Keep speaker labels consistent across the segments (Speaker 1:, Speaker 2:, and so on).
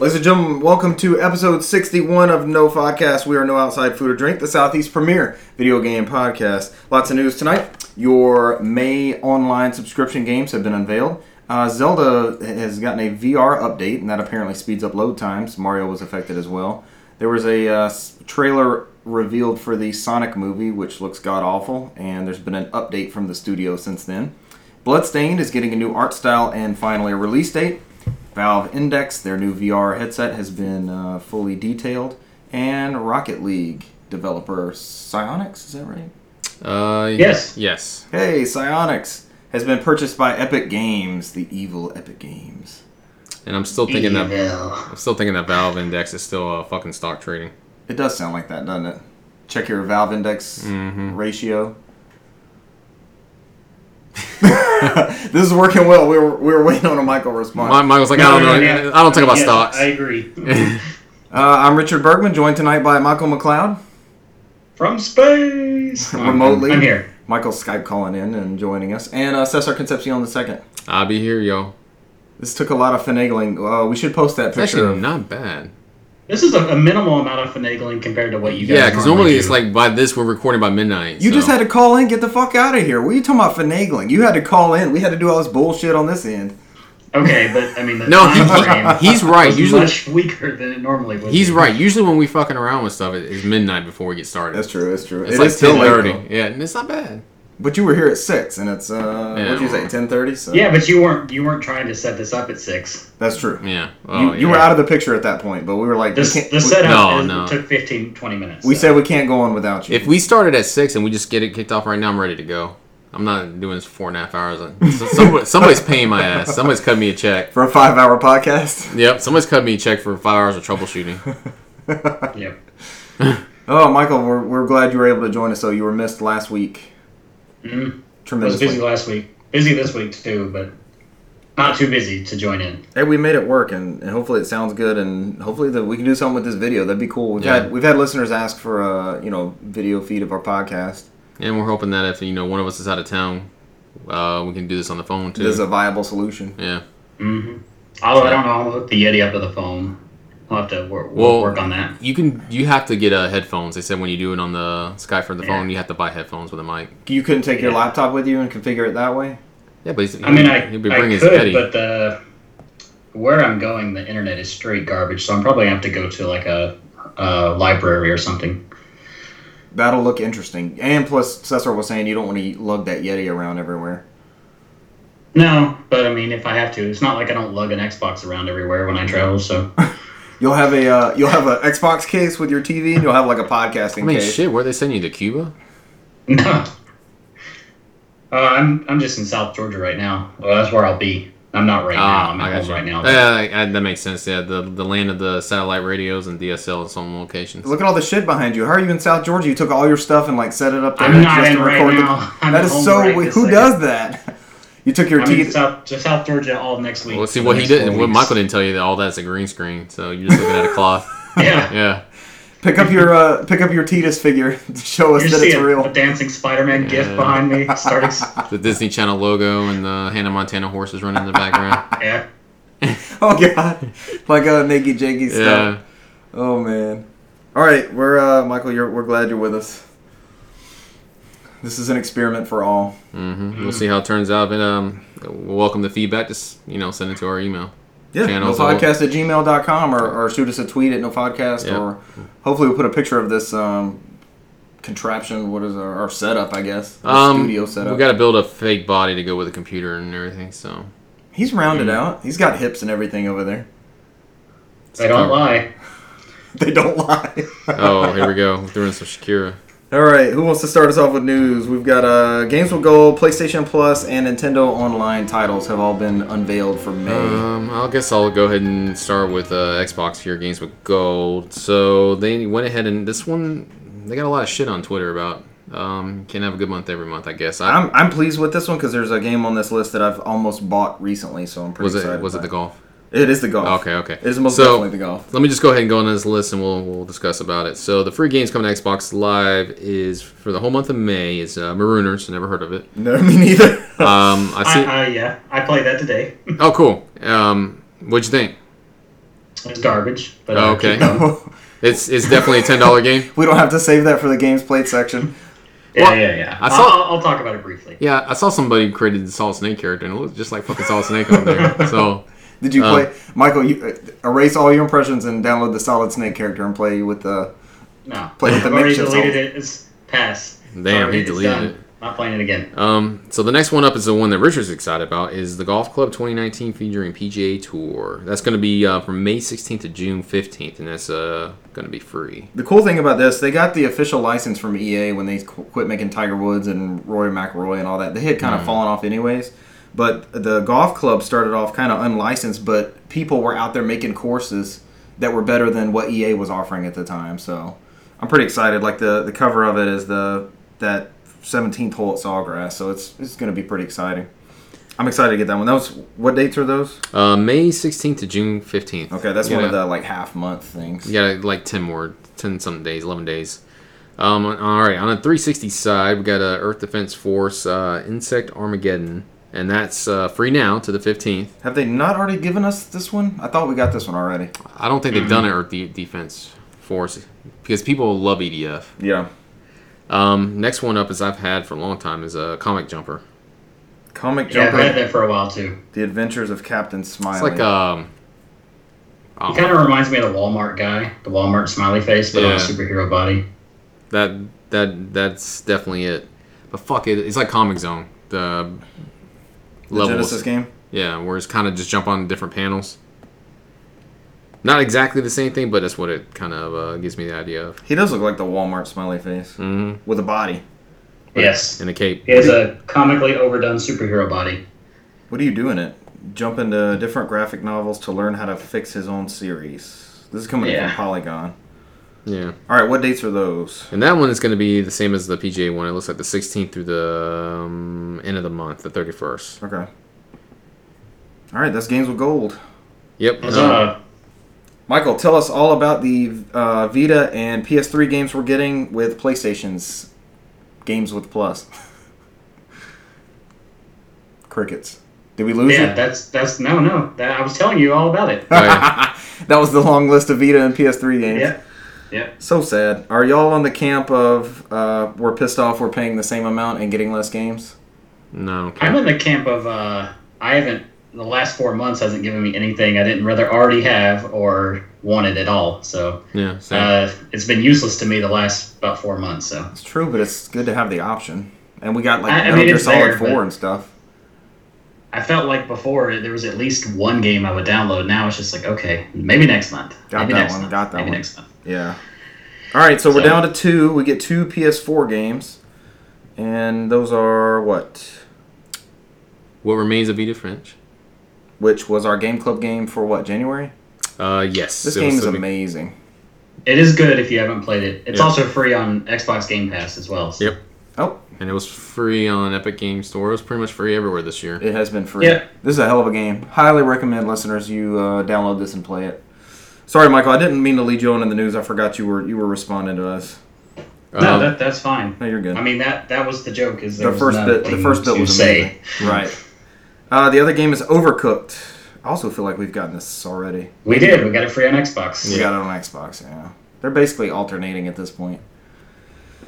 Speaker 1: Ladies and gentlemen, welcome to episode 61 of No Podcast. We are No Outside Food or Drink, the Southeast premier video game podcast. Lots of news tonight. Your May online subscription games have been unveiled. Uh, Zelda has gotten a VR update, and that apparently speeds up load times. Mario was affected as well. There was a uh, s- trailer revealed for the Sonic movie, which looks god awful, and there's been an update from the studio since then. Bloodstained is getting a new art style and finally a release date. Valve Index, their new VR headset, has been uh, fully detailed. And Rocket League developer Psyonix, is that right?
Speaker 2: Uh,
Speaker 3: Yes.
Speaker 2: Yes.
Speaker 1: Hey, Psyonix has been purchased by Epic Games, the evil Epic Games.
Speaker 2: And I'm still thinking that
Speaker 3: Evil.
Speaker 2: I'm still thinking that Valve Index is still uh, fucking stock trading.
Speaker 1: It does sound like that, doesn't it? Check your Valve Index
Speaker 2: Mm-hmm.
Speaker 1: ratio. this is working well. We were, we were waiting on a Michael response.
Speaker 2: My, Michael's like, I
Speaker 3: No,
Speaker 2: don't know.
Speaker 3: no, no, no.
Speaker 2: I don't talk about
Speaker 3: Yes,
Speaker 2: stocks.
Speaker 3: I agree.
Speaker 1: Uh, I'm Richard Bergman, joined tonight by Michael McLeod,
Speaker 3: From space.
Speaker 1: remotely.
Speaker 3: I'm here.
Speaker 1: Michael Skype calling in and joining us, and uh, Cesar Concepcion the second.
Speaker 2: I'll be here, yo.
Speaker 1: This took a lot of finagling. Uh, we should post that
Speaker 2: It's
Speaker 1: picture.
Speaker 2: actually
Speaker 1: of-
Speaker 2: not bad.
Speaker 3: This is a, a minimal amount of finagling compared to what you guys.
Speaker 2: Yeah, because
Speaker 3: normally,
Speaker 2: normally
Speaker 3: do.
Speaker 2: it's like by this we're recording by midnight.
Speaker 1: you
Speaker 2: so.
Speaker 1: just had to call in, get the fuck out of here. What are you talking about finagling? You had to call in. We had to do all this bullshit on this end.
Speaker 3: okay, but I mean the
Speaker 2: No,
Speaker 3: time
Speaker 2: he-
Speaker 3: frame
Speaker 2: he's right.
Speaker 3: was
Speaker 2: Usually-
Speaker 3: much weaker than it normally would.
Speaker 2: He's
Speaker 3: be.
Speaker 2: right. Usually when we fucking around with stuff, it- it's midnight before we get started.
Speaker 1: That's true. That's true.
Speaker 2: It's
Speaker 1: It
Speaker 2: like
Speaker 1: is still
Speaker 2: ten
Speaker 1: late,
Speaker 2: thirty.
Speaker 1: though.
Speaker 2: Yeah, and it's not bad.
Speaker 1: But you were here at six, and it's uh,
Speaker 2: Yeah.
Speaker 1: what'd you say, ten thirty? So
Speaker 3: Yeah, but you weren't you weren't trying to set this up at six.
Speaker 1: that's true.
Speaker 2: Yeah. Oh,
Speaker 1: You, you were
Speaker 2: yeah.
Speaker 1: out of the picture at that point, but we were like, we,
Speaker 3: This
Speaker 1: can't,
Speaker 3: the
Speaker 1: we-
Speaker 3: setup
Speaker 2: No,
Speaker 3: is,
Speaker 2: no.
Speaker 3: took 15, 20 minutes.
Speaker 1: we
Speaker 3: so.
Speaker 1: said we can't go on without you.
Speaker 2: If we started at six and we just get it kicked off right now, I'm ready to go. I'm not doing this four and a half hours. So- somebody- somebody's paying my ass. Somebody's cutting me a check.
Speaker 1: for a five-hour podcast.
Speaker 2: Yep. Somebody's cutting me a check for five hours of troubleshooting.
Speaker 3: Yep.
Speaker 1: Oh, Michael, we're, we're glad you were able to join us. though. you were missed last week.
Speaker 3: Mhm. I was
Speaker 1: Tremendously.
Speaker 3: busy last week. Busy this week too, but not too busy to join in.
Speaker 1: Hey, we made it work, and, and hopefully it sounds good, and hopefully that we can do something with this video. That'd be cool. We've
Speaker 2: Yeah.
Speaker 1: had we've had listeners ask for a you know video feed of our podcast.
Speaker 2: And we're hoping that if you know one of us is out of town, uh, we can do this on the phone too.
Speaker 1: This is a viable solution.
Speaker 2: yeah.
Speaker 3: hmm Although I don't know, I'll hook the Yeti up to the phone. I'll have to work,
Speaker 2: Well-
Speaker 3: work on that.
Speaker 2: You can. You have to get uh, headphones. They said when you do it on the Skype from the
Speaker 3: Yeah.
Speaker 2: phone, you have to buy headphones with a mic.
Speaker 1: You couldn't take your
Speaker 3: Yeah.
Speaker 1: laptop with you and configure it that way.
Speaker 2: Yeah, but he's,
Speaker 3: I mean, I,
Speaker 2: he'll be
Speaker 3: I
Speaker 2: bringing his
Speaker 3: could,
Speaker 2: Yeti.
Speaker 3: but the where I'm going, the internet is straight garbage, so I'm probably gonna have to go to like a, a library or something.
Speaker 1: That'll look interesting. And plus, Cesar was saying you don't want to lug that Yeti around everywhere.
Speaker 3: No, but I mean, if I have to, it's not like I don't lug an Xbox around everywhere when I travel. So
Speaker 1: You'll have a uh, you'll have an Xbox case with your TV, and you'll have like a podcasting
Speaker 2: I mean,
Speaker 1: case.
Speaker 2: shit. Where they send you to Cuba?
Speaker 3: no, uh, I'm I'm just in South Georgia right now. Well, that's where I'll be. I'm not right now. I'm
Speaker 2: Ah, I Eh,
Speaker 3: at
Speaker 2: got
Speaker 3: home
Speaker 2: you.
Speaker 3: right now.
Speaker 2: Yeah, I- I- that makes sense. Yeah, the the land of the satellite radios and DSL in some locations.
Speaker 1: Look at all the shit behind you. How are you in South Georgia? You took all your stuff and like set it up there.
Speaker 3: I'm not
Speaker 1: just to
Speaker 3: in right
Speaker 1: record the-
Speaker 3: now. I'm
Speaker 1: that
Speaker 3: at
Speaker 1: is
Speaker 3: home
Speaker 1: so.
Speaker 3: right
Speaker 1: weird.
Speaker 3: this
Speaker 1: Who
Speaker 3: second.
Speaker 1: does that? You took your
Speaker 3: I'm in
Speaker 1: teeth.
Speaker 3: South, to South Georgia all next week.
Speaker 2: Well, see
Speaker 3: for
Speaker 2: what
Speaker 3: the
Speaker 2: he
Speaker 3: next
Speaker 2: did.
Speaker 3: four
Speaker 2: What
Speaker 3: weeks.
Speaker 2: Michael didn't tell you that all that's a green screen. So you're just looking at a cloth.
Speaker 3: Yeah.
Speaker 2: Yeah.
Speaker 1: Pick up your uh, pick up your Titus figure to show us
Speaker 3: You
Speaker 1: that
Speaker 3: see
Speaker 1: it's
Speaker 3: a, a
Speaker 1: real.
Speaker 3: dancing Spider-Man gif
Speaker 2: Yeah.
Speaker 3: behind me. Starting, s-
Speaker 2: The Disney Channel logo and the Hannah Montana horses running in the background.
Speaker 3: yeah.
Speaker 1: Oh god, like a uh, Naked Jakey stuff.
Speaker 2: yeah.
Speaker 1: Oh man. All right, we're uh, Michael. You're, we're glad you're with us. This is an experiment for all.
Speaker 3: Mm-hmm.
Speaker 2: hmm We'll see how it turns out, and um, we'll welcome the feedback. Just you know, send it to our email.
Speaker 1: Yeah,
Speaker 2: Channels
Speaker 1: nopodcast at gmail.com or, or shoot us a tweet at nopodcast
Speaker 2: Yep.
Speaker 1: or hopefully we'll put a picture of this um, contraption, what is our, our setup, I guess. Our
Speaker 2: Um,
Speaker 1: studio setup.
Speaker 2: we got to build a fake body to go with a computer and everything. So
Speaker 1: He's rounded out. He's got hips and everything over there.
Speaker 3: They don't lie.
Speaker 1: They don't lie.
Speaker 2: Oh, here we go. We're doing some Shakira.
Speaker 1: All right, who wants to start us off with news? We've got uh, Games with Gold, PlayStation Plus, and Nintendo Online titles have all been unveiled for May.
Speaker 2: Um, I guess I'll go ahead and start with uh, Xbox here. Games with gold. So they went ahead and this one, they got a lot of shit on Twitter about. Um, can't have a good month every month. I guess. I,
Speaker 1: I'm, I'm pleased with this one because there's a game on this list that I've almost bought recently, so I'm pretty
Speaker 2: was
Speaker 1: excited.
Speaker 2: it was it the
Speaker 1: about
Speaker 2: golf?
Speaker 1: it. It is the golf.
Speaker 2: Okay, okay.
Speaker 1: It is most
Speaker 2: So-
Speaker 1: definitely the golf.
Speaker 2: Let me just go ahead and go on this list and we'll, we'll discuss about it. So the free games coming to Xbox Live is for the whole month of May is uh, Marooners. Never heard of it.
Speaker 1: No, me neither.
Speaker 2: Um, I see.
Speaker 3: I, I, yeah, I played that today.
Speaker 2: oh, cool. Um, what'd you think?
Speaker 3: It's garbage. But
Speaker 2: Oh,
Speaker 3: uh,
Speaker 2: okay.
Speaker 3: keep going.
Speaker 2: It's it's definitely a ten dollar game.
Speaker 1: we don't have to save that for the games played section.
Speaker 2: Well,
Speaker 3: Yeah, yeah, yeah.
Speaker 2: I saw-
Speaker 3: I'll, I'll, I'll talk about it briefly.
Speaker 2: Yeah, I saw somebody created the Solid Snake character and it looked just like fucking Solid Snake on there. So
Speaker 1: Did you
Speaker 2: Um,
Speaker 1: play Michael? You uh, erase all your impressions and download the Solid Snake character and play with the.
Speaker 3: No,
Speaker 1: Play with the
Speaker 3: I've already
Speaker 1: makeshift
Speaker 3: deleted
Speaker 1: salt.
Speaker 3: it. It's past.
Speaker 2: Damn, he
Speaker 3: It's
Speaker 2: deleted
Speaker 3: done.
Speaker 2: it.
Speaker 3: Not playing it again.
Speaker 2: um so the next one up is the one that Richard's excited about is the Golf Club 2019 featuring PGA Tour. That's going to be uh, from May 16th to June 15th, and that's uh going to be free.
Speaker 1: The cool thing about this, they got the official license from EA when they qu- quit making Tiger Woods and Roy McIlroy and all that. They had kind of fallen off anyways. But the golf club started off kind of unlicensed, but people were out there making courses that were better than what EA was offering at the time. So I'm pretty excited. Like the, the cover of it is the that 17th hole at Sawgrass, so it's it's going to be pretty exciting. I'm excited to get that one. That was what dates are those?
Speaker 2: Uh, May 16th to June 15th.
Speaker 1: Okay, that's
Speaker 2: You
Speaker 1: one of
Speaker 2: gotta-
Speaker 1: the like half month things.
Speaker 2: You got like 10 more, 10 something days, 11 days. Um, all right, on the 360 side, we got uh, Earth Defense Force uh, Insect Armageddon, and that's uh, free now to the 15th.
Speaker 1: Have they not already given us this one? I thought we got this one already.
Speaker 2: I don't think they've done it, Earth De- Defense Force, because people love EDF.
Speaker 1: Yeah.
Speaker 2: Um, next one up, as I've had for a long time, is uh, Comic Jumper.
Speaker 1: Comic
Speaker 3: Yeah, I've
Speaker 1: Jumper,
Speaker 3: had that for a while too.
Speaker 1: The Adventures of Captain Smiley.
Speaker 2: It's like, um,
Speaker 3: He
Speaker 2: oh,
Speaker 3: kind of reminds me of the Walmart guy, the Walmart smiley face, but on a
Speaker 2: Yeah.
Speaker 3: superhero body.
Speaker 2: that, that, that's definitely it. But fuck it, it's like Comic Zone, the,
Speaker 1: the Genesis game.
Speaker 2: Yeah, where it's kind of just jump on different panels. Not exactly the same thing, but that's what it kind of uh, gives me the idea of.
Speaker 1: He does look like the Walmart smiley face
Speaker 2: Mm-hmm.
Speaker 1: with a body.
Speaker 3: Yes,
Speaker 2: And a cape.
Speaker 3: he has a comically overdone superhero body.
Speaker 1: What do you do in it? Jump into different graphic novels to learn how to fix his own series. This is coming
Speaker 3: Yeah.
Speaker 1: from Polygon.
Speaker 2: Yeah.
Speaker 1: All right, what dates are those?
Speaker 2: And that one is going to be the same as the PGA one. It looks like the 16th through the um, end of the month, the 31st.
Speaker 1: Okay. All right, that's games with gold.
Speaker 2: Yep.
Speaker 3: It's,
Speaker 2: um,
Speaker 3: uh,
Speaker 1: Michael, tell us all about the uh, Vita and PS3 games we're getting with PlayStation's Games with Plus. Crickets. Did we lose it?
Speaker 3: yeah, that's that's no, no. That, I was telling you all about it.
Speaker 2: Right.
Speaker 1: that was the long list of Vita and PS3 games.
Speaker 3: yeah, yeah.
Speaker 1: So sad. Are y'all on the camp of uh, we're pissed off we're paying the same amount and getting less games?
Speaker 2: no, I don't care.
Speaker 3: I'm in the camp of uh, I haven't. The last four months hasn't given me anything I didn't rather already have or wanted at all. So
Speaker 2: Yeah. same.
Speaker 3: uh, it's been useless to me the last about four months. So
Speaker 1: It's true, but it's good to have the option. And we got like
Speaker 3: I- I
Speaker 1: Metal
Speaker 3: mean,
Speaker 1: Gear
Speaker 3: it's
Speaker 1: Solid
Speaker 3: there,
Speaker 1: 4
Speaker 3: but-
Speaker 1: and stuff.
Speaker 3: I felt like before there was at least one game I would download. Now it's just like, okay, maybe next month.
Speaker 1: Got
Speaker 3: maybe
Speaker 1: that
Speaker 3: next
Speaker 1: one,
Speaker 3: Month,
Speaker 1: got that
Speaker 3: maybe
Speaker 1: one.
Speaker 3: next month.
Speaker 1: Yeah. All right, so, we're
Speaker 3: So-
Speaker 1: down to two. We get two PS4 games. And those are what?
Speaker 2: what remains of Vita French?
Speaker 1: Which was our Game Club game for what, January?
Speaker 2: Uh, yes.
Speaker 1: This
Speaker 2: it
Speaker 1: game
Speaker 2: was
Speaker 1: is
Speaker 2: the big-
Speaker 1: amazing.
Speaker 3: It is good if you haven't played it. It's
Speaker 2: Yeah.
Speaker 3: also free on Xbox Game Pass as well. so-
Speaker 2: Yep.
Speaker 1: Oh,
Speaker 2: And it was free on Epic Game Store. It was pretty much free everywhere this year.
Speaker 1: It has been free.
Speaker 3: Yeah.
Speaker 1: This is a hell of a game. Highly recommend listeners you uh, download this and play it. Sorry, Michael, I didn't mean to lead you on in the news. I forgot you were you were responding to us.
Speaker 3: No,
Speaker 2: Um,
Speaker 3: that, that's fine.
Speaker 1: No, you're good.
Speaker 3: I mean that that was the joke. Is there
Speaker 1: the
Speaker 3: was
Speaker 1: first bit the
Speaker 3: nothing
Speaker 1: first bit
Speaker 3: to
Speaker 1: was
Speaker 3: say.
Speaker 1: amazing. right. Uh, the other game is Overcooked. I also feel like we've gotten this already.
Speaker 3: We did. We got it free on Xbox.
Speaker 1: We got it on Xbox. Yeah, they're basically alternating at this point.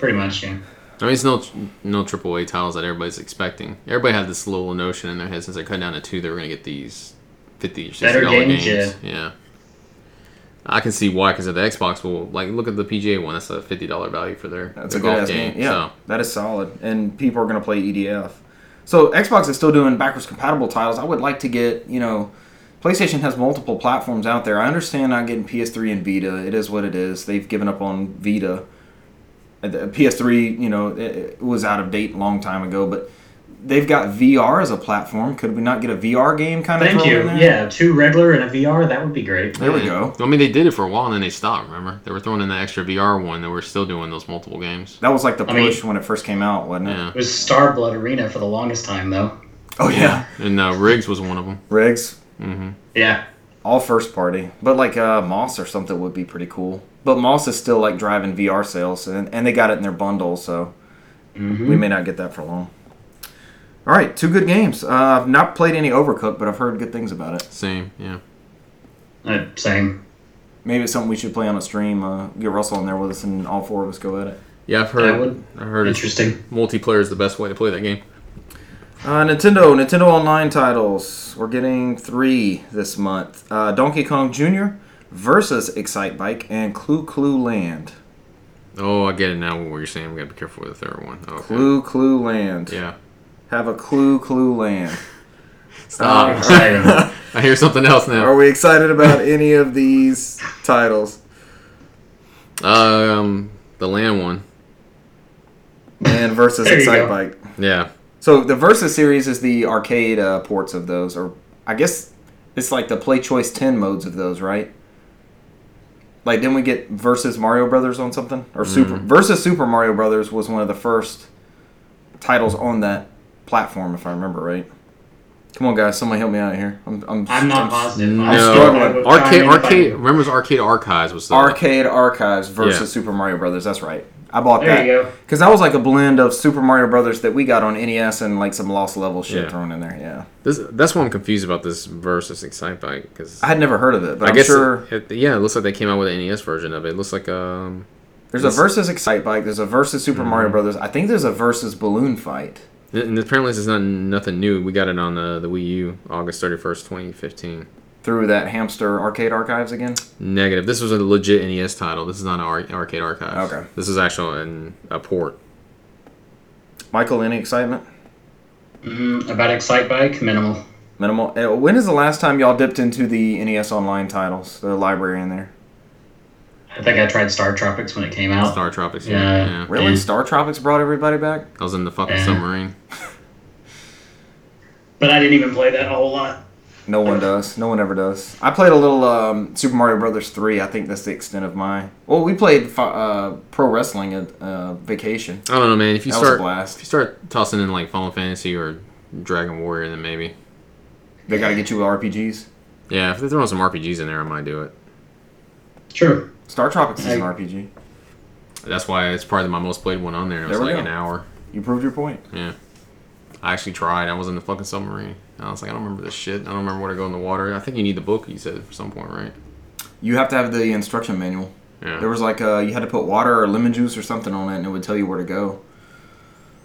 Speaker 3: Pretty much. Yeah.
Speaker 2: I mean, it's no no triple A titles that everybody's expecting. Everybody had this little notion in their head since they cut down to two, they were gonna get these fifty or sixty
Speaker 3: Better
Speaker 2: dollar games.
Speaker 3: games,
Speaker 2: Yeah. I can see why, because the Xbox will like look at the PGA one. That's a fifty dollar value for their,
Speaker 1: That's
Speaker 2: their
Speaker 1: a good
Speaker 2: golf
Speaker 1: ass game.
Speaker 2: game.
Speaker 1: Yeah, that is solid, and people are going to play EDF. So Xbox is still doing backwards compatible titles. I would like to get you know, PlayStation has multiple platforms out there. I understand not getting PS3 and Vita. It is what it is. They've given up on Vita. Uh, the PS3, you know, it, it was out of date a long time ago, but they've got VR as a platform. Could we not get a VR game kind of?
Speaker 3: Thank
Speaker 1: thrown
Speaker 3: you.
Speaker 1: in there?
Speaker 3: Yeah, two regular and a VR. That would be great.
Speaker 1: There we
Speaker 2: Yeah.
Speaker 1: go.
Speaker 2: I mean, they did it for a while and then they stopped. Remember, they were throwing in the extra VR one. They were still doing those multiple games.
Speaker 1: That was like the
Speaker 3: I mean-
Speaker 1: push when it first came out, wasn't it?
Speaker 2: Yeah,
Speaker 3: It was Star Blood Arena for the longest time though.
Speaker 1: Oh yeah,
Speaker 2: and uh, Riggs was one of them.
Speaker 1: Riggs,
Speaker 2: Mm-hmm.
Speaker 3: Yeah.
Speaker 1: All first party, but like uh, Moss or something would be pretty cool. But Moss is still like driving VR sales, and, and they got it in their bundle, so
Speaker 3: Mhm.
Speaker 1: we may not get that for long. All right, two good games. Uh, I've not played any Overcooked, but I've heard good things about it.
Speaker 2: Same. Yeah.
Speaker 3: Uh, same.
Speaker 1: Maybe it's something we should play on a stream. Uh, get Russell in there with us, and all four of us go at it.
Speaker 2: Yeah, I've
Speaker 3: That
Speaker 2: heard.
Speaker 3: would-
Speaker 2: I heard it's
Speaker 3: Interesting.
Speaker 2: multiplayer is the best way to play that game.
Speaker 1: Uh, Nintendo, Nintendo Online titles. We're getting three this month. Uh, Donkey Kong Jr. versus Excite Bike and Clue Clue Land.
Speaker 2: Oh, I get it now. What you're saying? We gotta be careful with the third one. Oh, Okay.
Speaker 1: Clue Clue Land.
Speaker 2: Yeah.
Speaker 1: Have a Clue Clue Land.
Speaker 2: Stop.
Speaker 1: Um,
Speaker 3: Excited about it.
Speaker 2: I hear something else now.
Speaker 1: Are we excited about any of these titles?
Speaker 2: Um, the land one.
Speaker 1: And versus
Speaker 3: There you
Speaker 1: Excite
Speaker 3: go.
Speaker 1: Bike.
Speaker 2: Yeah.
Speaker 1: So the Versus series is the arcade uh, ports of those, or I guess it's like the Play Choice Ten modes of those, right? Like, didn't we get Versus Mario Brothers on something or
Speaker 3: Mm.
Speaker 1: Super Versus Super Mario Brothers was one of the first titles on that platform, if I remember right. Come on, guys, somebody help me out here. I'm, I'm,
Speaker 3: I'm not positive.
Speaker 2: No.
Speaker 3: I'm struggling with
Speaker 2: Arcade.
Speaker 3: timing, but-
Speaker 2: Arcade. Remember, it was Arcade Archives was uh, the.
Speaker 1: Arcade Archives versus
Speaker 2: Yeah.
Speaker 1: Super Mario Brothers. That's right. I bought
Speaker 3: There you
Speaker 1: that
Speaker 3: go.
Speaker 1: because that was like a blend of Super Mario Brothers that we got on NES and like some lost level shit
Speaker 2: Yeah.
Speaker 1: thrown in there. Yeah.
Speaker 2: This, that's why I'm confused about this versus Excite Bike because
Speaker 1: I had never heard of it, but
Speaker 2: I
Speaker 1: I am
Speaker 2: guess
Speaker 1: sure
Speaker 2: it, it- yeah, it looks like they came out with an NES version of it. It looks like um,
Speaker 1: there's a versus Excite Bike. There's a versus Super
Speaker 2: Mm-hmm.
Speaker 1: Mario Brothers. I think there's a versus Balloon Fight.
Speaker 2: and apparently this is not nothing new. We got it on the, the Wii U, August 31st, 2015.
Speaker 1: Through that hamster arcade archives again.
Speaker 2: Negative. This was a legit NES title. This is not an ar- arcade archive.
Speaker 1: Okay.
Speaker 2: This is actual an, a port.
Speaker 1: Michael, any excitement?
Speaker 3: Mm, about Excite Bike, minimal.
Speaker 1: Minimal. Eh, When is the last time y'all dipped into the NES Online titles, the library in there?
Speaker 3: I think I tried Star Tropics when it came out.
Speaker 2: Star Tropics.
Speaker 3: Yeah.
Speaker 2: yeah.
Speaker 1: Really?
Speaker 3: Yeah.
Speaker 1: Star Tropics brought everybody back?
Speaker 2: I was in the fucking
Speaker 3: Yeah.
Speaker 2: submarine.
Speaker 3: But I didn't even play that a whole lot.
Speaker 1: No one does. No one ever does. I played a little um, Super Mario Brothers 3. I think that's the extent of my. Well, we played fi- uh, pro wrestling at uh, vacation.
Speaker 2: I don't know, man. If you
Speaker 1: That was a
Speaker 2: start,
Speaker 1: blast.
Speaker 2: if you start tossing in like Final Fantasy or Dragon Warrior, then maybe.
Speaker 1: They got to get you with RPGs.
Speaker 2: Yeah, if they're throwing some RPGs in there, I might do it.
Speaker 3: True.
Speaker 1: Star Tropics is an
Speaker 3: I-
Speaker 1: RPG.
Speaker 2: That's why it's probably my most played one on there. It was
Speaker 1: There we
Speaker 2: like
Speaker 1: go.
Speaker 2: an hour.
Speaker 1: You proved your point.
Speaker 2: Yeah. I actually tried. I was in the fucking submarine. I was like, I don't remember this shit. I don't remember where to go in the water. I think you need the book, you said, at some point, right?
Speaker 1: You have to have the instruction manual.
Speaker 2: Yeah.
Speaker 1: There was like uh you had to put water or lemon juice or something on it, and it would tell you where to go.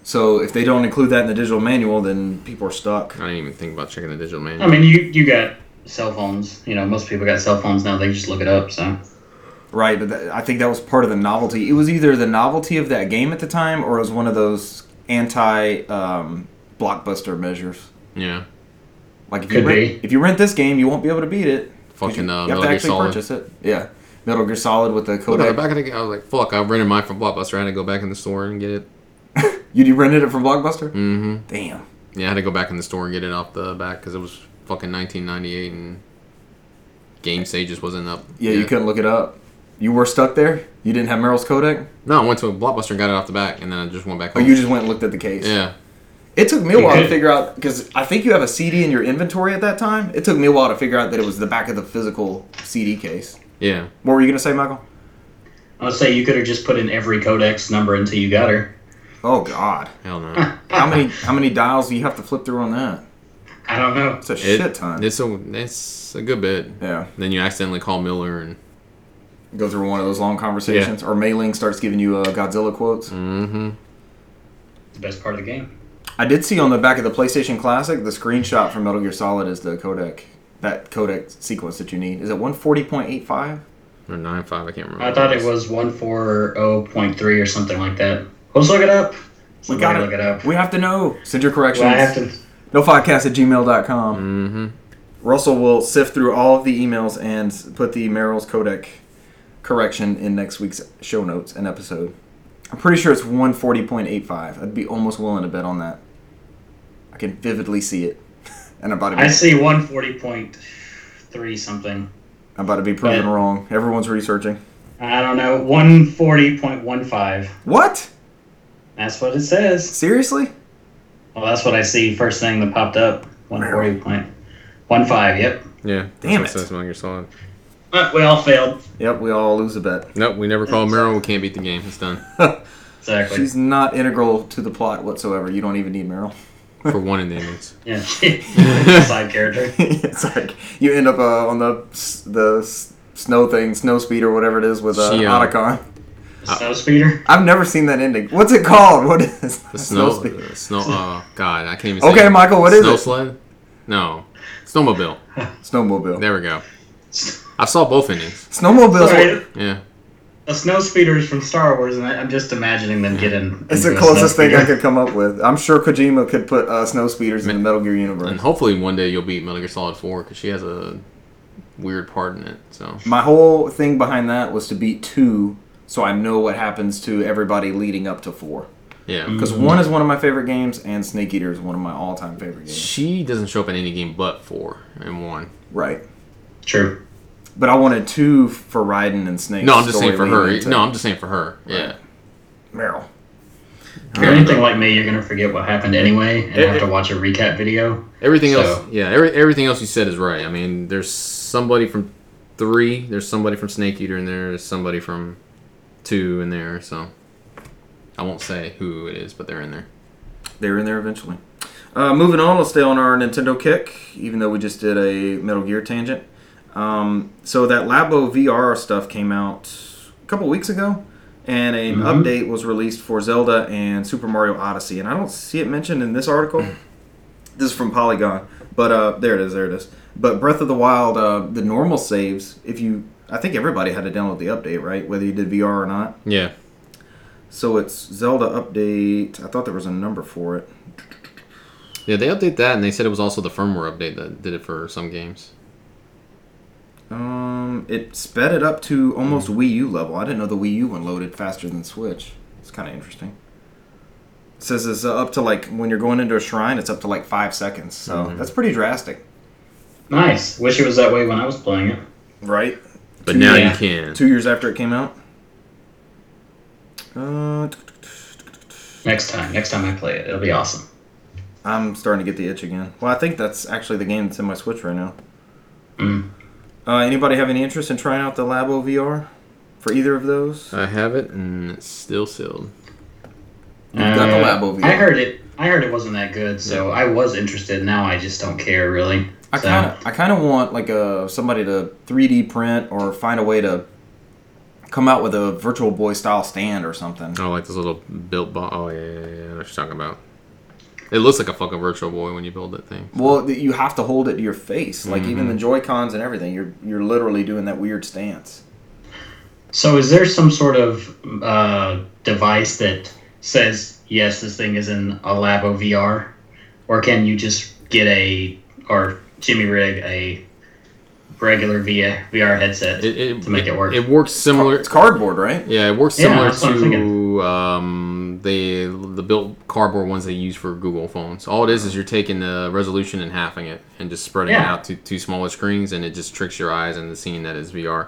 Speaker 1: So if they don't include that in the digital manual, then people are stuck.
Speaker 2: I didn't even think about checking the digital
Speaker 3: I
Speaker 2: manual.
Speaker 3: mean, you you got cell phones. You know, most people got cell phones now. They just look it up. So
Speaker 1: Right, but that, I think that was part of the novelty. It was either the novelty of that game at the time, or it was one of those anti um, blockbuster measures.
Speaker 2: yeah.
Speaker 1: Like if you
Speaker 3: Could
Speaker 1: rent,
Speaker 3: be.
Speaker 1: if you rent this game, you won't be able to beat it. 'Cause
Speaker 2: Fucking
Speaker 1: you,
Speaker 2: uh,
Speaker 1: you have
Speaker 2: Metal
Speaker 1: to
Speaker 2: Gear
Speaker 1: actually
Speaker 2: Solid.
Speaker 1: purchase it. Yeah, Metal Gear Solid with the
Speaker 2: Look at the
Speaker 1: Kodak.
Speaker 2: back of the, I was like, fuck, I rented mine from Blockbuster. I had to go back in the store and get it.
Speaker 1: You rented it from Blockbuster.
Speaker 2: Mm-hmm.
Speaker 1: Damn.
Speaker 2: Yeah, I had to go back in the store and get it off the back because it was fucking 1998 and Game Sage just wasn't up.
Speaker 1: Yeah, you
Speaker 2: yet.
Speaker 1: couldn't look it up. You were stuck there. You didn't have Meryl's Kodak.
Speaker 2: No, I went to a Blockbuster and got it off the back, and then I just went back
Speaker 1: Oh,
Speaker 2: home.
Speaker 1: you just went and looked at the case.
Speaker 2: yeah.
Speaker 1: It took me a while to
Speaker 3: could.
Speaker 1: figure out because I think you have a CD in your inventory at that time. It took me a while to figure out that it was the back of the physical CD case.
Speaker 2: Yeah.
Speaker 1: What were you gonna say, Michael?
Speaker 3: I would say you could have just put in every codex number until you got her.
Speaker 1: Oh God,
Speaker 2: Hell no.
Speaker 1: how many how many dials do you have to flip through on that?
Speaker 3: I don't know.
Speaker 1: It's a
Speaker 2: It-
Speaker 1: shit ton.
Speaker 2: It's a, it's a good bit.
Speaker 1: yeah,
Speaker 2: Then you accidentally call Miller and.
Speaker 1: go through one of those long conversations, or mailing starts giving you uh, Godzilla quotes.
Speaker 2: Mm-hmm.
Speaker 3: It's the best part of the game.
Speaker 1: I did see on the back of the PlayStation Classic the screenshot from Metal Gear Solid is the codec that codec sequence that you need. Is it one forty point eight five?
Speaker 2: Or nine five, I can't remember.
Speaker 3: I
Speaker 2: what
Speaker 3: thought it was one four zero point three or something like that. Let's look it up.
Speaker 1: We
Speaker 3: Somebody
Speaker 1: got
Speaker 3: Look it up.
Speaker 1: it. We have to know. Send your corrections.
Speaker 3: Well, I have to.
Speaker 1: nofodcast at gmail.com.
Speaker 2: Mhm.
Speaker 1: Russell will sift through all of the emails and s- put the Merrill's Codec correction in next week's show notes and episode. I'm pretty sure it's 140.85. I'd be almost willing to bet on that. I can vividly see it. And I'm about to be,
Speaker 3: I see one forty point three something.
Speaker 1: I'm about to be proven
Speaker 3: Yeah.
Speaker 1: wrong. Everyone's researching.
Speaker 3: I don't know. One forty point one five.
Speaker 1: What?
Speaker 3: That's what it says.
Speaker 1: Seriously?
Speaker 3: Well, that's what I see first thing that popped up. One forty point one five. Yep.
Speaker 2: Yeah.
Speaker 1: Damn
Speaker 2: that's
Speaker 1: it.
Speaker 2: what says on your song.
Speaker 3: But we all failed.
Speaker 1: Yep, we all lose a bet.
Speaker 2: Nope, we never called Merrill. We can't beat the game. It's done.
Speaker 3: Exactly.
Speaker 1: She's not integral to the plot whatsoever. You don't even need Merrill.
Speaker 2: For one in the innings.
Speaker 3: Yeah. Side character.
Speaker 1: it's like you end up uh, on the s- the s- snow thing, snow speed or whatever it is with uh,
Speaker 2: She, uh,
Speaker 1: Otacon.
Speaker 3: The snow speeder.
Speaker 1: I've never seen that ending. What's it called? What is
Speaker 2: The snow,
Speaker 1: speed?
Speaker 2: uh, snow. Oh God, I can't even.
Speaker 1: Okay,
Speaker 2: say it.
Speaker 1: Michael, what is
Speaker 2: snow
Speaker 1: it?
Speaker 2: sled? No, snowmobile.
Speaker 1: Snowmobile.
Speaker 2: There we go. I saw both endings.
Speaker 1: Snowmobile.
Speaker 3: Sorry,
Speaker 2: Yeah,
Speaker 3: a snow speeder is from Star Wars, and I, I'm just imagining them getting.
Speaker 1: It's
Speaker 3: into
Speaker 1: the
Speaker 3: a
Speaker 1: closest
Speaker 3: snow
Speaker 1: thing I
Speaker 3: speeder.
Speaker 1: could come up with. I'm sure Kojima could put uh, snow speeders in the Metal Gear universe.
Speaker 2: and hopefully one day you'll beat Metal Gear Solid Four because she has a weird part in it. So
Speaker 1: My whole thing behind that was to beat two, so I know what happens to everybody leading up to four.
Speaker 2: yeah,
Speaker 1: Because one is one of my favorite games, and Snake Eater is one of my all-time favorite games.
Speaker 2: she doesn't show up in any game but four and one.
Speaker 1: Right.
Speaker 3: True.
Speaker 1: But I wanted two for Raiden and Snake.
Speaker 2: No, I'm just saying for her. No, I'm just saying for her. Yeah.
Speaker 1: Meryl.
Speaker 3: If you're anything like me, you're gonna forget what happened anyway, and
Speaker 2: It-
Speaker 3: have to watch a recap video.
Speaker 2: Everything
Speaker 3: So-
Speaker 2: else, yeah, every, everything else you said is right. I mean, there's somebody from three, there's somebody from Snake Eater in there, there's somebody from two in there. So I won't say who it is, but they're in there.
Speaker 1: They're in there eventually. Uh, moving on, we'll stay on our Nintendo kick, even though we just did a Metal Gear tangent. Um, so that Labo VR stuff came out a couple weeks ago, and an
Speaker 3: Mhm.
Speaker 1: update was released for Zelda and Super Mario Odyssey. And I don't see it mentioned in this article. this is from Polygon, but uh, there it is, there it is. But Breath of the Wild, uh, the normal saves, if you, I think everybody had to download the update, right? Whether you did VR or not.
Speaker 2: Yeah.
Speaker 1: So it's Zelda update. I thought there was a number for it.
Speaker 2: Yeah, they update that, and they said it was also the firmware update that did it for some games.
Speaker 1: Um, it sped it up to almost Wii U level. I didn't know the Wii U one loaded faster than Switch. It's kind of interesting. It says it's uh, up to like when you're going into a shrine, it's up to like five seconds. So
Speaker 2: Mhm.
Speaker 1: that's pretty drastic,
Speaker 3: Nice. Wish it was that way when I was playing it.
Speaker 1: right?
Speaker 2: But now
Speaker 3: Yeah.
Speaker 2: you can.
Speaker 1: Two years after it came out. Uh,
Speaker 3: Next time, next time I play it, it'll be awesome.
Speaker 1: I'm starting to get the itch again. Well, I think that's actually the game that's in my Switch right now.
Speaker 3: Mm.
Speaker 1: Uh, anybody have any interest in trying out the Labo VR for either of those?
Speaker 2: I have it, and it's still sealed.
Speaker 1: You've got the lab over
Speaker 3: Uh, I
Speaker 1: you.
Speaker 3: heard it. I heard it wasn't that good, so I was interested. Now I just don't care really.
Speaker 1: I
Speaker 3: So,
Speaker 1: kind of, I kind of want like a somebody to 3D print or find a way to come out with a Virtual Boy style stand or something.
Speaker 2: Oh, like this little built bo Oh, yeah, yeah, yeah. I know what you're talking about. It looks like a fucking virtual boy when you build that thing.
Speaker 1: Well, th- you have to hold it to your face, like even
Speaker 2: Mm-hmm.
Speaker 1: the Joy Cons and everything. You're you're literally doing that weird stance.
Speaker 3: so is there some sort of uh, device that says yes, this thing is in a Labo VR, or can you just get a or Jimmy rig a regular VR VR headset
Speaker 2: It, it,
Speaker 3: to make it, work?
Speaker 2: It works similar.
Speaker 1: It's cardboard, right?
Speaker 2: Yeah, it works
Speaker 3: Yeah,
Speaker 2: similar
Speaker 3: that's what I'm
Speaker 2: to um, the the built cardboard ones they use for Google phones. All it is is you're taking the resolution and halving it and just spreading it
Speaker 3: Yeah.
Speaker 2: out to two smaller screens, and it just tricks your eyes into seeing that it's VR.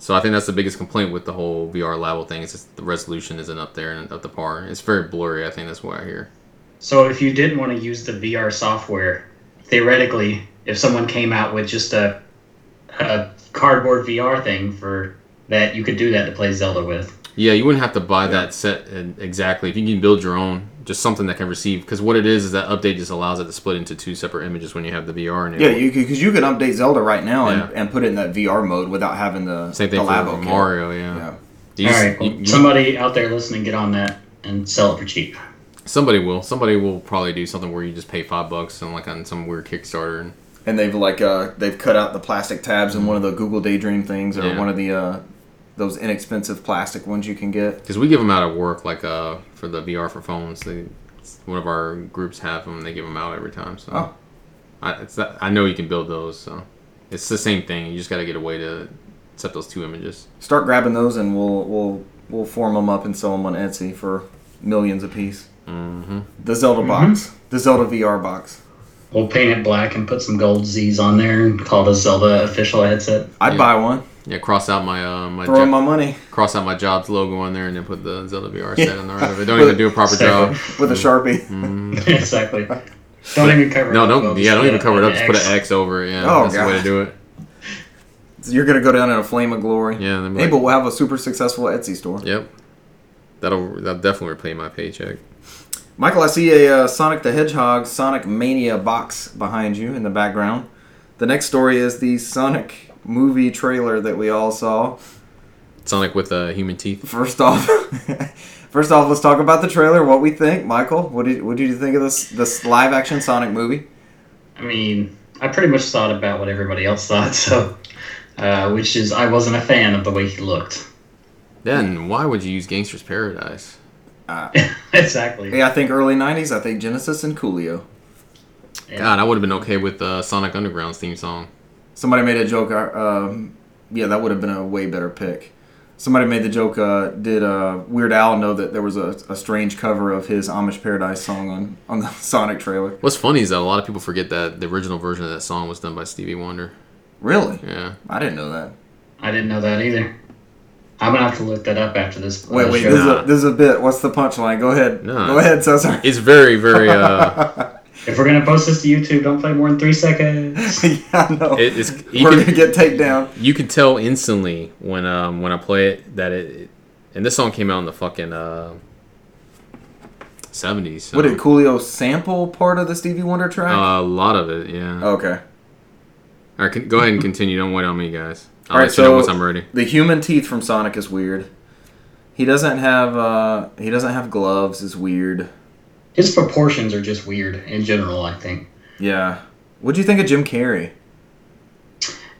Speaker 2: So I think that's the biggest complaint with the whole VR level thing is just the resolution isn't up there and up to par. It's very blurry. I think that's what I hear.
Speaker 3: So if you didn't want to use the VR software, theoretically, if someone came out with just a, a cardboard VR thing for that, you could do that to play Zelda with.
Speaker 2: Yeah, you wouldn't have to buy that set and exactly. If you can build your own, just something that can receive. Because what it is is that update just allows it to split into two separate images when you have the VR. And it
Speaker 1: Yeah, you because you can update Zelda right now and,
Speaker 2: Yeah.
Speaker 1: and put it in that VR mode without having the
Speaker 2: Same thing
Speaker 1: the
Speaker 2: for
Speaker 1: Labo kit.
Speaker 2: Mario, yeah.
Speaker 1: Yeah.
Speaker 2: You-
Speaker 3: All right, cool.
Speaker 2: you- you-
Speaker 3: somebody out there listening, get on that and sell it for cheap.
Speaker 2: somebody will. Somebody will probably do something where you just pay five bucks and like on some weird Kickstarter. And,
Speaker 1: and they've like uh, they've cut out the plastic tabs in one of the Google Daydream things or
Speaker 2: Yeah.
Speaker 1: one of the uh, those inexpensive plastic ones you can get.
Speaker 2: Cause we give them out at work, like uh for the VR for phones. They, one of our groups have them. They give them out every time. So
Speaker 1: Oh.
Speaker 2: I, it's that, I know you can build those. So it's the same thing. You just got to get a way to set those two images.
Speaker 1: Start grabbing those and we'll we'll we'll form them up and sell them on Etsy for millions a piece.
Speaker 2: Mm-hmm.
Speaker 1: The Zelda box, the Zelda VR box.
Speaker 3: We'll paint it black and put some gold Z's on there and call it a Zelda official headset.
Speaker 1: I'd
Speaker 2: Yeah.
Speaker 1: buy one.
Speaker 2: Yeah, cross out my uh, my
Speaker 1: Throw in
Speaker 2: jo-
Speaker 1: my money
Speaker 2: cross out my jobs logo on there, and then put the Zelda VR set on the right of it. Don't
Speaker 1: With-
Speaker 2: even do a proper job.
Speaker 1: with a sharpie.
Speaker 2: Mm-hmm.
Speaker 3: exactly. Don't even cover
Speaker 2: No,
Speaker 3: it up.
Speaker 2: don't.
Speaker 3: We'll
Speaker 2: Yeah,
Speaker 3: just
Speaker 2: don't even
Speaker 3: get
Speaker 2: cover it up.
Speaker 3: an
Speaker 2: Just put
Speaker 3: X.
Speaker 2: an X over it. Yeah,
Speaker 1: Oh,
Speaker 2: that's the way
Speaker 1: God.
Speaker 2: to do it.
Speaker 1: You're gonna go down in a flame of glory.
Speaker 2: Yeah. then be
Speaker 1: Hey,
Speaker 2: like-
Speaker 1: but we'll have a super successful Etsy store.
Speaker 2: Yep. That'll that'll definitely repay my paycheck.
Speaker 1: Michael, I see a uh, Sonic the Hedgehog Sonic Mania box behind you in the background. The next story is the Sonic movie trailer that we all saw.
Speaker 2: Sonic with uh, human teeth.
Speaker 1: First off, first off, let's talk about the trailer. What we think, Michael? What did what did you think of this this live action Sonic movie?
Speaker 3: I mean, I pretty much thought about what everybody else thought, so uh, which is I wasn't a fan of the way he looked.
Speaker 2: Then why would you use Gangster's Paradise?
Speaker 3: exactly.
Speaker 1: Yeah, I think early '90s. I think Genesis and Coolio.
Speaker 3: Yeah.
Speaker 2: God, I would have been okay with uh, Sonic Underground's theme song.
Speaker 1: Somebody made a joke. uh, Um, yeah, that would have been a way better pick. Somebody made the joke. Uh, did uh, Weird Al know that there was a, a strange cover of his Amish Paradise song on on the Sonic trailer?
Speaker 2: What's funny is that a lot of people forget that the original version of that song was done by Stevie Wonder.
Speaker 1: Really?
Speaker 2: Yeah.
Speaker 1: I didn't know that.
Speaker 3: I didn't know that either. I'm gonna have to look that up after this.
Speaker 2: Oh,
Speaker 1: Wait,
Speaker 3: uh,
Speaker 1: wait.
Speaker 3: show.
Speaker 1: This is, a, this is a bit. What's the punchline? Go ahead.
Speaker 2: No.
Speaker 1: Go ahead, Cesar.
Speaker 2: It's very, very. Uh,
Speaker 3: If we're gonna post this to YouTube, don't play more than three seconds.
Speaker 1: yeah, I know.
Speaker 2: it, it's you
Speaker 1: We're gonna
Speaker 2: can,
Speaker 1: get takedown.
Speaker 2: you can tell instantly when um when I play it that it, and this song came out in the fucking uh seventies. So,
Speaker 1: What did Coolio sample part of the Stevie Wonder track?
Speaker 2: Uh, a lot of it, yeah.
Speaker 1: okay.
Speaker 2: All right, con- go ahead and continue. Don't wait on me, guys. I'll
Speaker 1: All right,
Speaker 2: let you know
Speaker 1: so-
Speaker 2: once I'm ready.
Speaker 1: The human teeth from Sonic is weird. He doesn't have uh, he doesn't have gloves. Is weird.
Speaker 3: His proportions are just weird in general. I think.
Speaker 1: Yeah. What do you think of Jim Carrey?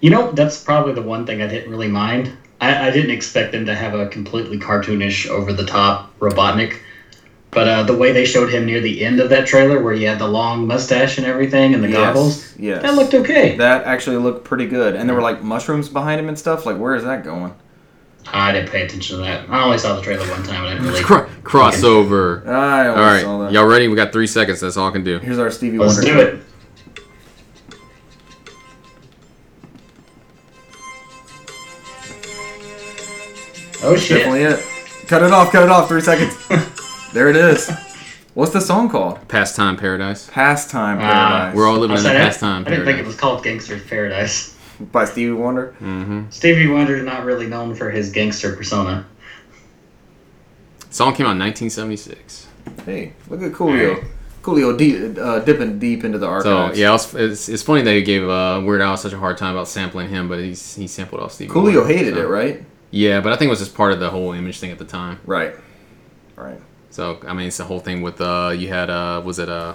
Speaker 3: You know, that's probably the one thing I didn't really mind. I, I didn't expect them to have a completely cartoonish, over the top Robotnik. But uh, the way they showed him near the end of that trailer, where he had the long mustache and everything and the goggles,
Speaker 1: Yes.
Speaker 3: that looked okay.
Speaker 1: That actually looked pretty good. And there were like mushrooms behind him and stuff. Like, where is that going?
Speaker 3: I didn't pay attention to that. I only saw the trailer one time and I didn't really.
Speaker 2: Cro- crossover.
Speaker 1: I
Speaker 2: All
Speaker 1: almost saw
Speaker 2: right,
Speaker 1: that.
Speaker 2: y'all ready? We got three seconds. That's all I can do.
Speaker 1: Here's our Stevie
Speaker 3: Let's
Speaker 1: Wonder.
Speaker 3: do it. Oh shit!
Speaker 1: Definitely it. Cut it off. Cut it off. Three seconds. there it is. What's the song called?
Speaker 2: Pastime Paradise.
Speaker 1: Pastime
Speaker 3: Ah,
Speaker 1: Paradise.
Speaker 2: We're all living
Speaker 3: I
Speaker 2: in the
Speaker 3: said I-
Speaker 2: pastime
Speaker 3: I didn't think it
Speaker 2: paradise.
Speaker 3: was called Gangster's Paradise.
Speaker 1: by Stevie Wonder.
Speaker 2: hmm
Speaker 3: Stevie Wonder is not really known for his gangster persona.
Speaker 2: Song came out in 1976.
Speaker 1: Hey, look at Coolio. Coolio de- uh, dipping deep into the
Speaker 2: So
Speaker 1: archives.
Speaker 2: yeah, it was, it's, it's funny they gave uh, Weird Al such a hard time about sampling him, but he's, he sampled off Stevie.
Speaker 1: Coolio
Speaker 2: Wonder,
Speaker 1: hated
Speaker 2: so-
Speaker 1: it, right?
Speaker 2: Yeah, but I think it was just part of the whole image thing at the time.
Speaker 1: Right. Right.
Speaker 2: So I mean, it's the whole thing with uh, you had uh, was it uh,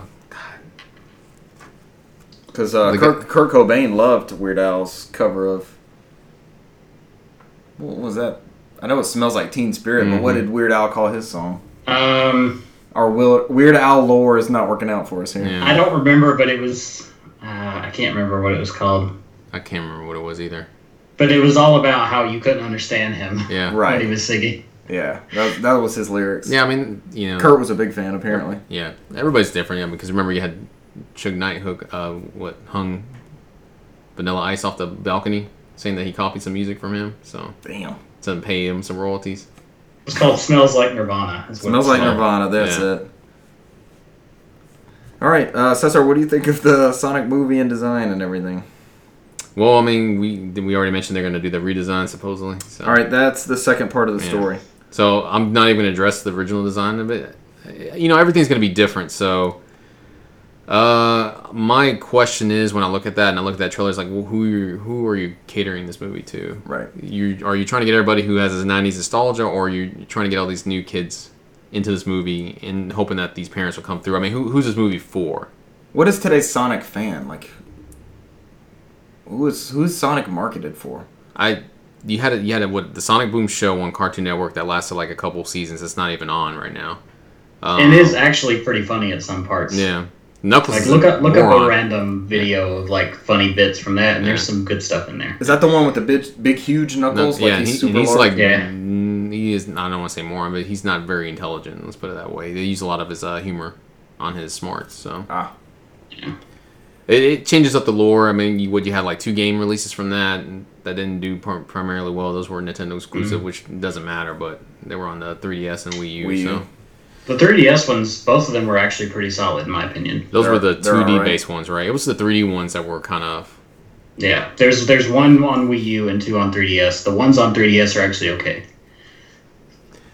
Speaker 1: Because uh,
Speaker 2: The
Speaker 1: Kurt, Kurt Cobain loved Weird Al's cover of. What was that? I know it smells like Teen Spirit, but what
Speaker 2: Mhm.
Speaker 1: did Weird Al call his song?
Speaker 3: Um,
Speaker 1: Our Will, Weird Al lore is not working out for us here.
Speaker 2: yeah,
Speaker 3: I don't remember, but it was. Uh, I can't remember what it was called.
Speaker 2: I can't remember what it was either.
Speaker 3: But it was all about how you couldn't understand him
Speaker 2: Yeah,
Speaker 3: when he
Speaker 1: Right.
Speaker 3: was singing.
Speaker 1: Yeah. That, that was his lyrics.
Speaker 2: yeah. I mean, you know,
Speaker 1: Kurt was a big fan, apparently.
Speaker 2: yeah, everybody's different. Yeah, because remember you had Chug Knight hook uh, what hung Vanilla Ice off the balcony, saying that he copied some music from him, so
Speaker 1: Damn.
Speaker 2: to pay him some royalties.
Speaker 3: It was called "Smells Like Nirvana." is what
Speaker 1: Smells
Speaker 3: it's
Speaker 1: like
Speaker 3: called.
Speaker 1: Nirvana. That's
Speaker 2: Yeah.
Speaker 1: it. All right, uh, Cesar, what do you think of the Sonic movie and design and everything?
Speaker 2: Well, I mean, we we already mentioned they're going to do the redesign supposedly. So.
Speaker 1: All right, that's the second part of the
Speaker 2: Yeah.
Speaker 1: story.
Speaker 2: So I'm not even gonna address the original design of it. You know, everything's gonna be different. So, uh, my question is, when I look at that and I look at that trailer, it's like, well, who you, who are you catering this movie to?
Speaker 1: Right.
Speaker 2: You are you trying to get everybody who has this '90s nostalgia, or are you trying to get all these new kids into this movie and hoping that these parents will come through? I mean, who, who's this movie for?
Speaker 1: What is today's Sonic fan like? Who is who's Sonic marketed for?
Speaker 2: I you had a, you had a, what the Sonic Boom show on Cartoon Network that lasted like a couple seasons. It's not even on right now. Um,
Speaker 3: It is actually pretty funny at some parts.
Speaker 2: Yeah. Knuckles.
Speaker 3: Like
Speaker 2: is a
Speaker 3: look up look up a
Speaker 2: moron.
Speaker 3: random video of like funny bits from that, and
Speaker 2: Yeah.
Speaker 3: there's some good stuff in there.
Speaker 1: Is that the one with the big, big huge
Speaker 2: No,
Speaker 1: knuckles?
Speaker 2: yeah, he- and he's
Speaker 1: large?
Speaker 2: like,
Speaker 3: Yeah.
Speaker 2: mm, he is. I don't want to say moron, but he's not very intelligent. Let's put it that way. They use a lot of his uh, humor on his smarts, so
Speaker 1: ah,
Speaker 2: it, it changes up the lore. I mean, you, what you had like two game releases from that and that didn't do prim- primarily well. Those were Nintendo exclusive, which doesn't matter, but they were on the 3DS and Wii U.
Speaker 1: Mm-hmm. Wii U.
Speaker 2: So
Speaker 3: The 3DS ones, both of them were actually pretty solid in my opinion.
Speaker 2: those were
Speaker 1: They're-
Speaker 2: the
Speaker 1: they're
Speaker 2: 2D
Speaker 1: alright.
Speaker 2: based ones, right? It was the 3D ones that were kind of
Speaker 3: Yeah, there's there's one on Wii U and two on 3DS. The ones on 3DS are actually okay.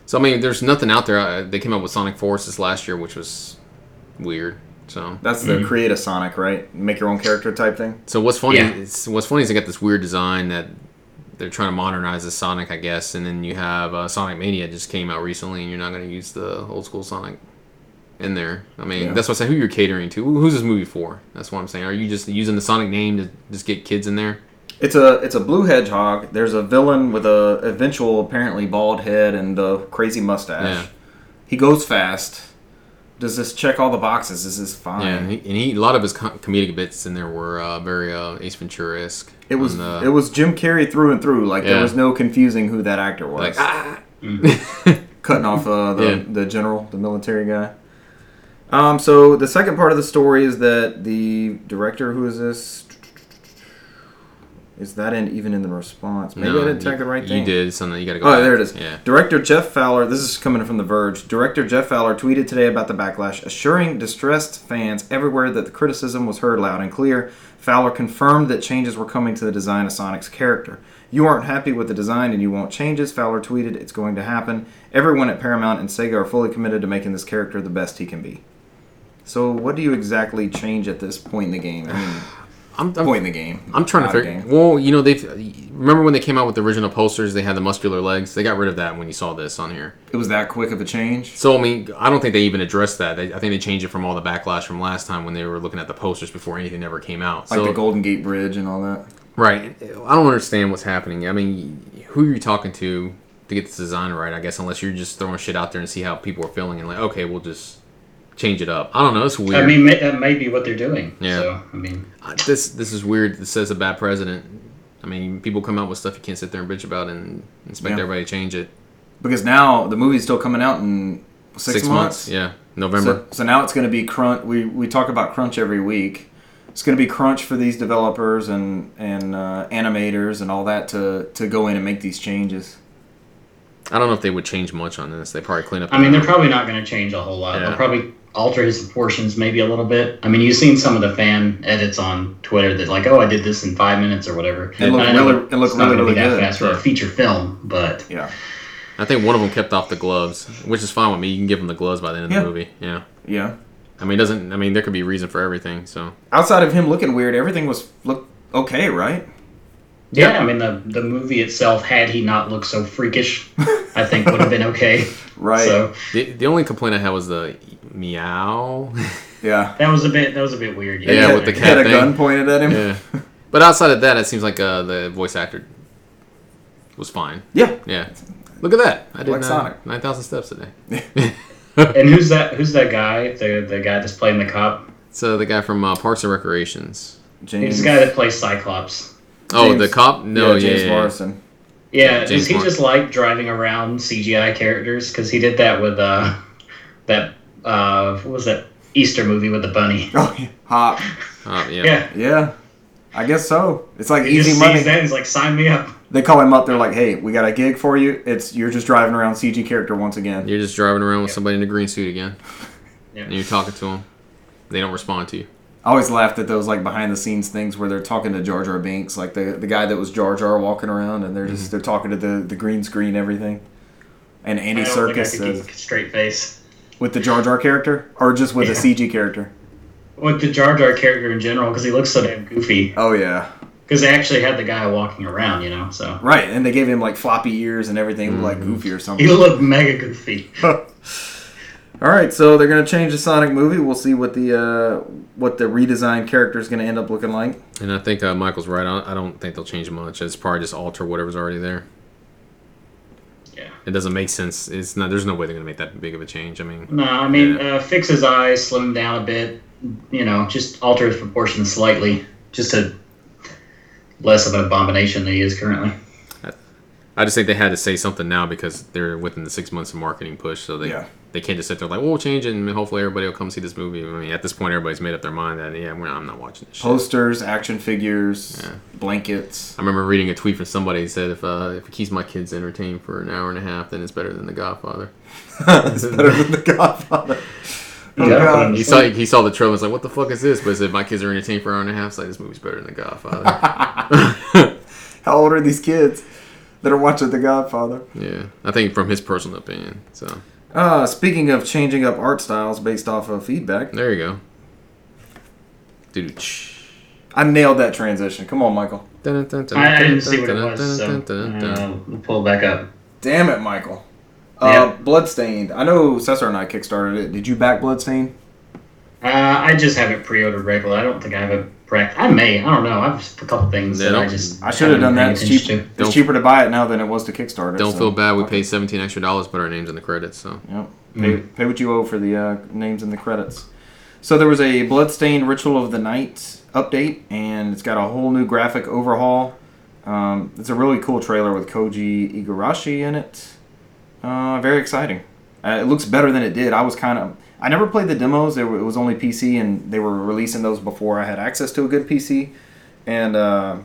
Speaker 2: So I mean, there's nothing out there. Uh, they came out with Sonic Forces last year, which was weird. So
Speaker 1: That's the create a Sonic, right? Make your own character type thing.
Speaker 2: So what's funny
Speaker 3: Yeah.
Speaker 2: is what's funny is they got this weird design that they're trying to modernize the Sonic, I guess, and then you have uh, Sonic Mania just came out recently, and you're not going to use the old school Sonic in there. I mean,
Speaker 1: Yeah.
Speaker 2: that's why I say who you're catering to. Who's this movie for? That's what I'm saying. Are you just using the Sonic name to just get kids in there?
Speaker 1: It's a it's a blue hedgehog. There's a villain with a eventual apparently bald head and a crazy mustache.
Speaker 2: Yeah.
Speaker 1: He goes fast. Does this check all the boxes? This is fine.
Speaker 2: Yeah, and he, and he a lot of his com- comedic bits in there were uh, very uh, Ace Ventura esque.
Speaker 1: it was it was Jim Carrey through and through. Like there
Speaker 2: uh, Yeah.
Speaker 1: was no confusing who that actor was.
Speaker 2: like ah.
Speaker 1: cutting off uh, the,
Speaker 2: Yeah.
Speaker 1: the general, the military guy. Um, so the second part of the story is that the director, who is this? Is that in, even in the response? Maybe
Speaker 2: No,
Speaker 1: I didn't
Speaker 2: you-
Speaker 1: tag the right
Speaker 2: you
Speaker 1: thing.
Speaker 2: did something. You got to go.
Speaker 1: Oh,
Speaker 2: back.
Speaker 1: there it is.
Speaker 2: Yeah.
Speaker 1: Director Jeff Fowler, this is coming from The Verge. Director Jeff Fowler tweeted today about the backlash, assuring distressed fans everywhere that the criticism was heard loud and clear. Fowler confirmed that changes were coming to the design of Sonic's character. You aren't happy with the design and you want changes, Fowler tweeted. It's going to happen. Everyone at Paramount and Sega are fully committed to making this character the best he can be. So, what do you exactly change at this point in the game? I mean,
Speaker 2: I'm, I'm
Speaker 1: point in the game.
Speaker 2: I'm trying to
Speaker 1: Not a
Speaker 2: figure.
Speaker 1: game.
Speaker 2: Well, you know, they remember when they came out with the original posters, they had the muscular legs. They got rid of that when you saw this on here.
Speaker 1: It was that quick of a change.
Speaker 2: So I mean, I don't think they even addressed that. They, I think they changed it from all the backlash from last time when they were looking at the posters before anything ever came out.
Speaker 1: Like
Speaker 2: So
Speaker 1: the Golden Gate Bridge and all that.
Speaker 2: right, I don't understand what's happening. I mean, who are you talking to to get this design right? I guess unless you're just throwing shit out there and see how people are feeling and like, okay, we'll just change it up. I don't know. It's weird.
Speaker 3: I mean, may, that may be what they're doing.
Speaker 2: Yeah.
Speaker 3: So, I mean,
Speaker 2: I- this this is weird. This says a bad president. I mean, people come out with stuff you can't sit there and bitch about and expect
Speaker 1: Yeah.
Speaker 2: everybody to change it.
Speaker 1: because now the movie's still coming out in six, months.
Speaker 2: Yeah,
Speaker 1: So,
Speaker 2: November.
Speaker 1: so now it's going to be crunch. We we talk about crunch every week. It's going to be crunch for these developers and and uh, animators and all that to to go in and make these changes.
Speaker 2: I don't know if they would change much on this. They probably clean up.
Speaker 3: I mean, they're probably not going to change a whole lot.
Speaker 2: Yeah.
Speaker 3: They'll probably alter his proportions maybe a little bit. I mean, you've seen some of the fan edits on Twitter that like, oh, I did this in five minutes or whatever.
Speaker 1: It looked
Speaker 3: I know
Speaker 1: really- it looked
Speaker 3: it's not
Speaker 1: really,
Speaker 3: gonna be
Speaker 1: really
Speaker 3: that
Speaker 1: good.
Speaker 3: fast for a feature film, but
Speaker 1: Yeah,
Speaker 2: I think one of them kept off the gloves, which is fine with me. You can give them the gloves by the end of
Speaker 1: Yeah.
Speaker 2: the movie. Yeah.
Speaker 1: yeah.
Speaker 2: I mean, it doesn't. I mean, there could be a reason for everything. So
Speaker 1: Outside of him looking weird, everything was looked okay, right?
Speaker 3: yeah, I mean, the the movie itself, had he not looked so freakish, I think would have been okay.
Speaker 1: Right.
Speaker 3: So
Speaker 2: the the only complaint I had was the meow.
Speaker 1: Yeah.
Speaker 3: that was a bit that was a bit weird.
Speaker 2: Yeah, with the
Speaker 1: He
Speaker 2: cat
Speaker 1: had a
Speaker 2: thing.
Speaker 1: gun pointed at him.
Speaker 2: yeah. But outside of that, it seems like uh, the voice actor was fine.
Speaker 1: Yeah.
Speaker 2: Yeah. Look at that. I did
Speaker 1: Like Sonic.
Speaker 2: nine thousand steps today.
Speaker 3: And who's that? Who's that guy? The the guy that's playing the cop.
Speaker 2: So the guy from uh, Parks and Recreations.
Speaker 1: James.
Speaker 3: He's the guy that plays Cyclops.
Speaker 2: Oh,
Speaker 1: James-
Speaker 2: the cop? No, yeah,
Speaker 1: James
Speaker 2: yeah, yeah.
Speaker 1: Morrison.
Speaker 3: Yeah,
Speaker 2: James
Speaker 3: does he
Speaker 2: Bond.
Speaker 3: just like driving around CGI characters? Because he did that with uh, that uh, what was that Easter movie with the bunny?
Speaker 1: Oh, yeah. hop.
Speaker 2: Uh, yeah.
Speaker 3: Yeah,
Speaker 1: Yeah. I guess so. It's like
Speaker 3: he
Speaker 1: easy
Speaker 3: just
Speaker 1: money.
Speaker 3: sees that and he's like, "Sign me up."
Speaker 1: They call him up. They're like, "Hey, we got a gig for you. It's you're just driving around CG character once again."
Speaker 2: You're just driving around with somebody in a green suit again,
Speaker 3: Yeah.
Speaker 2: and you're talking to them. They don't respond to you.
Speaker 1: I always laughed at those like behind the scenes things where they're talking to Jar Jar Binks, like the the guy that was Jar Jar walking around, and they're just they're talking to the the green screen everything. And
Speaker 3: I
Speaker 1: Andy
Speaker 3: don't think I
Speaker 1: Circus
Speaker 3: could
Speaker 1: says
Speaker 3: keep a straight face
Speaker 1: with the Jar Jar character, or just with a CG character.
Speaker 3: with the Jar Jar character in general because he looks so damn goofy.
Speaker 1: Oh yeah,
Speaker 3: Because they actually had the guy walking around, you know, so
Speaker 1: right. And they gave him like floppy ears and everything, like Goofy or
Speaker 3: he
Speaker 1: something.
Speaker 3: looked mega goofy.
Speaker 1: All right, so they're gonna change the Sonic movie. We'll see what the uh, what the redesigned character is gonna end up looking like.
Speaker 2: And I think uh, Michael's right. I don't, I don't think they'll change much. It's probably just alter whatever's already there.
Speaker 3: Yeah.
Speaker 2: It doesn't make sense. It's not. There's no way they're gonna make that big of a change. I mean,
Speaker 3: No, I mean, uh, fix his eyes, slim him down a bit, you know, just alter his proportions slightly, just to less of an abomination than he is currently.
Speaker 2: I just think they had to say something now because they're within the six months of marketing push. So they
Speaker 1: Yeah.
Speaker 2: they can't just sit there like, "Well, we'll change it, and hopefully everybody will come see this movie." I mean, at this point, everybody's made up their mind that yeah, we're not, I'm not watching this. Shit.
Speaker 1: Posters, action figures,
Speaker 2: Yeah.
Speaker 1: blankets.
Speaker 2: I remember reading a tweet from somebody who said, "If uh, if it keeps my kids entertained for an hour and a half, then it's better than The Godfather."
Speaker 1: it's better than the Godfather. Oh,
Speaker 3: Yeah.
Speaker 1: God.
Speaker 2: He saw he saw the trailer. and was like, "What the fuck is this?" But he said, "My kids are entertained for an hour and a half." It's like this movie's better than The Godfather.
Speaker 1: How old are these kids that are watching The Godfather?
Speaker 2: yeah, I think from his personal opinion. So
Speaker 1: Uh, speaking of changing up art styles based off of feedback,
Speaker 2: there you go. Dude.
Speaker 1: I nailed that transition. Come on, Michael.
Speaker 3: I, I didn't see what it was, so uh, we'll pull it back up.
Speaker 1: Damn it, Michael. Uh,
Speaker 3: Yeah.
Speaker 1: Bloodstained. I know Cesar and I kickstarted it. Did you back Bloodstained?
Speaker 3: Uh, I just have it pre-ordered regular. I don't think I have it pre. I may. I don't know. I have just a couple things
Speaker 2: Yeah,
Speaker 3: that I
Speaker 2: don't-
Speaker 3: just.
Speaker 1: I should have done
Speaker 3: haven't
Speaker 1: that.
Speaker 3: paid
Speaker 1: It's,
Speaker 3: attention
Speaker 1: cheap,
Speaker 3: to.
Speaker 2: Don't-
Speaker 1: it's cheaper to buy it now than it was to Kickstarter.
Speaker 2: Don't
Speaker 1: so-
Speaker 2: feel bad. We paid 17 extra dollars, but our name's in the credits, so.
Speaker 1: Yep.
Speaker 3: Mm.
Speaker 1: Pay, pay what you owe for the uh, names and the credits. So there was a Bloodstained Ritual of the Night update, and it's got a whole new graphic overhaul. Um, it's a really cool trailer with Koji Igarashi in it. Uh, very exciting. Uh, it looks better than it did. I was kind of. I never played the demos. They were, it was only PC, and they were releasing those before I had access to a good PC. And uh,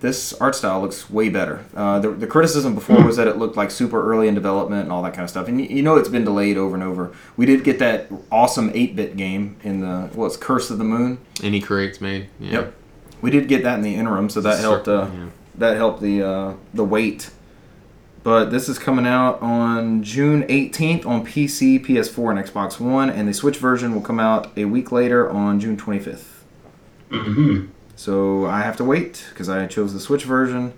Speaker 1: this art style looks way better. Uh, the, the criticism before was that it looked like super early in development and all that kind of stuff. And you, you know it's been delayed over and over. We did get that awesome 8 bit game in the, what's Curse of the Moon?
Speaker 2: Any creates made. Yeah.
Speaker 1: Yep. We did get that in the interim, so that
Speaker 2: Cer-
Speaker 1: helped. Uh,
Speaker 2: yeah.
Speaker 1: That helped the uh, the wait. But this is coming out on June 18th on PC, PS4, and Xbox One, and the Switch version will come out a week later on June 25th.
Speaker 3: Mhm.
Speaker 1: So I have to wait because I chose the Switch version.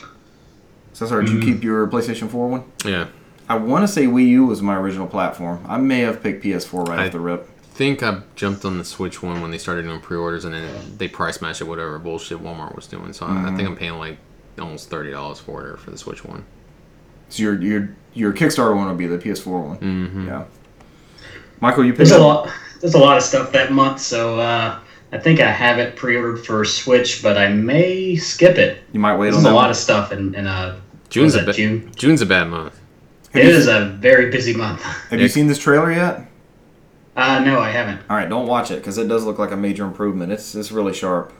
Speaker 1: So sorry,
Speaker 2: Mm.
Speaker 1: did you keep your PlayStation 4 one?
Speaker 2: Yeah.
Speaker 1: I want to say Wii U was my original platform. I may have picked PS4 right
Speaker 2: I-
Speaker 1: off the rip.
Speaker 2: think I jumped on the Switch one when they started doing pre-orders, and then they price matched it whatever bullshit Walmart was doing. So I- I think I'm paying like almost thirty dollars for it for the Switch one.
Speaker 1: So your your your Kickstarter one will be the PS4 one.
Speaker 2: Mm-hmm.
Speaker 1: Yeah. Michael, you
Speaker 3: There's
Speaker 1: picked
Speaker 3: a
Speaker 1: up
Speaker 3: lot. There's a lot of stuff that month, so uh, I think I have it pre-ordered for Switch, but I may skip it.
Speaker 1: You might wait
Speaker 3: There's
Speaker 1: on that.
Speaker 3: a lot of stuff in, in uh,
Speaker 2: June's
Speaker 3: was
Speaker 2: a
Speaker 3: that
Speaker 2: ba-
Speaker 3: June.
Speaker 2: June's a bad month.
Speaker 1: Have
Speaker 3: It
Speaker 1: you-
Speaker 3: is a very busy month.
Speaker 1: Have you seen this trailer yet?
Speaker 3: Uh, no, I haven't.
Speaker 1: All right, don't watch it because it does look like a major improvement. It's it's really sharp.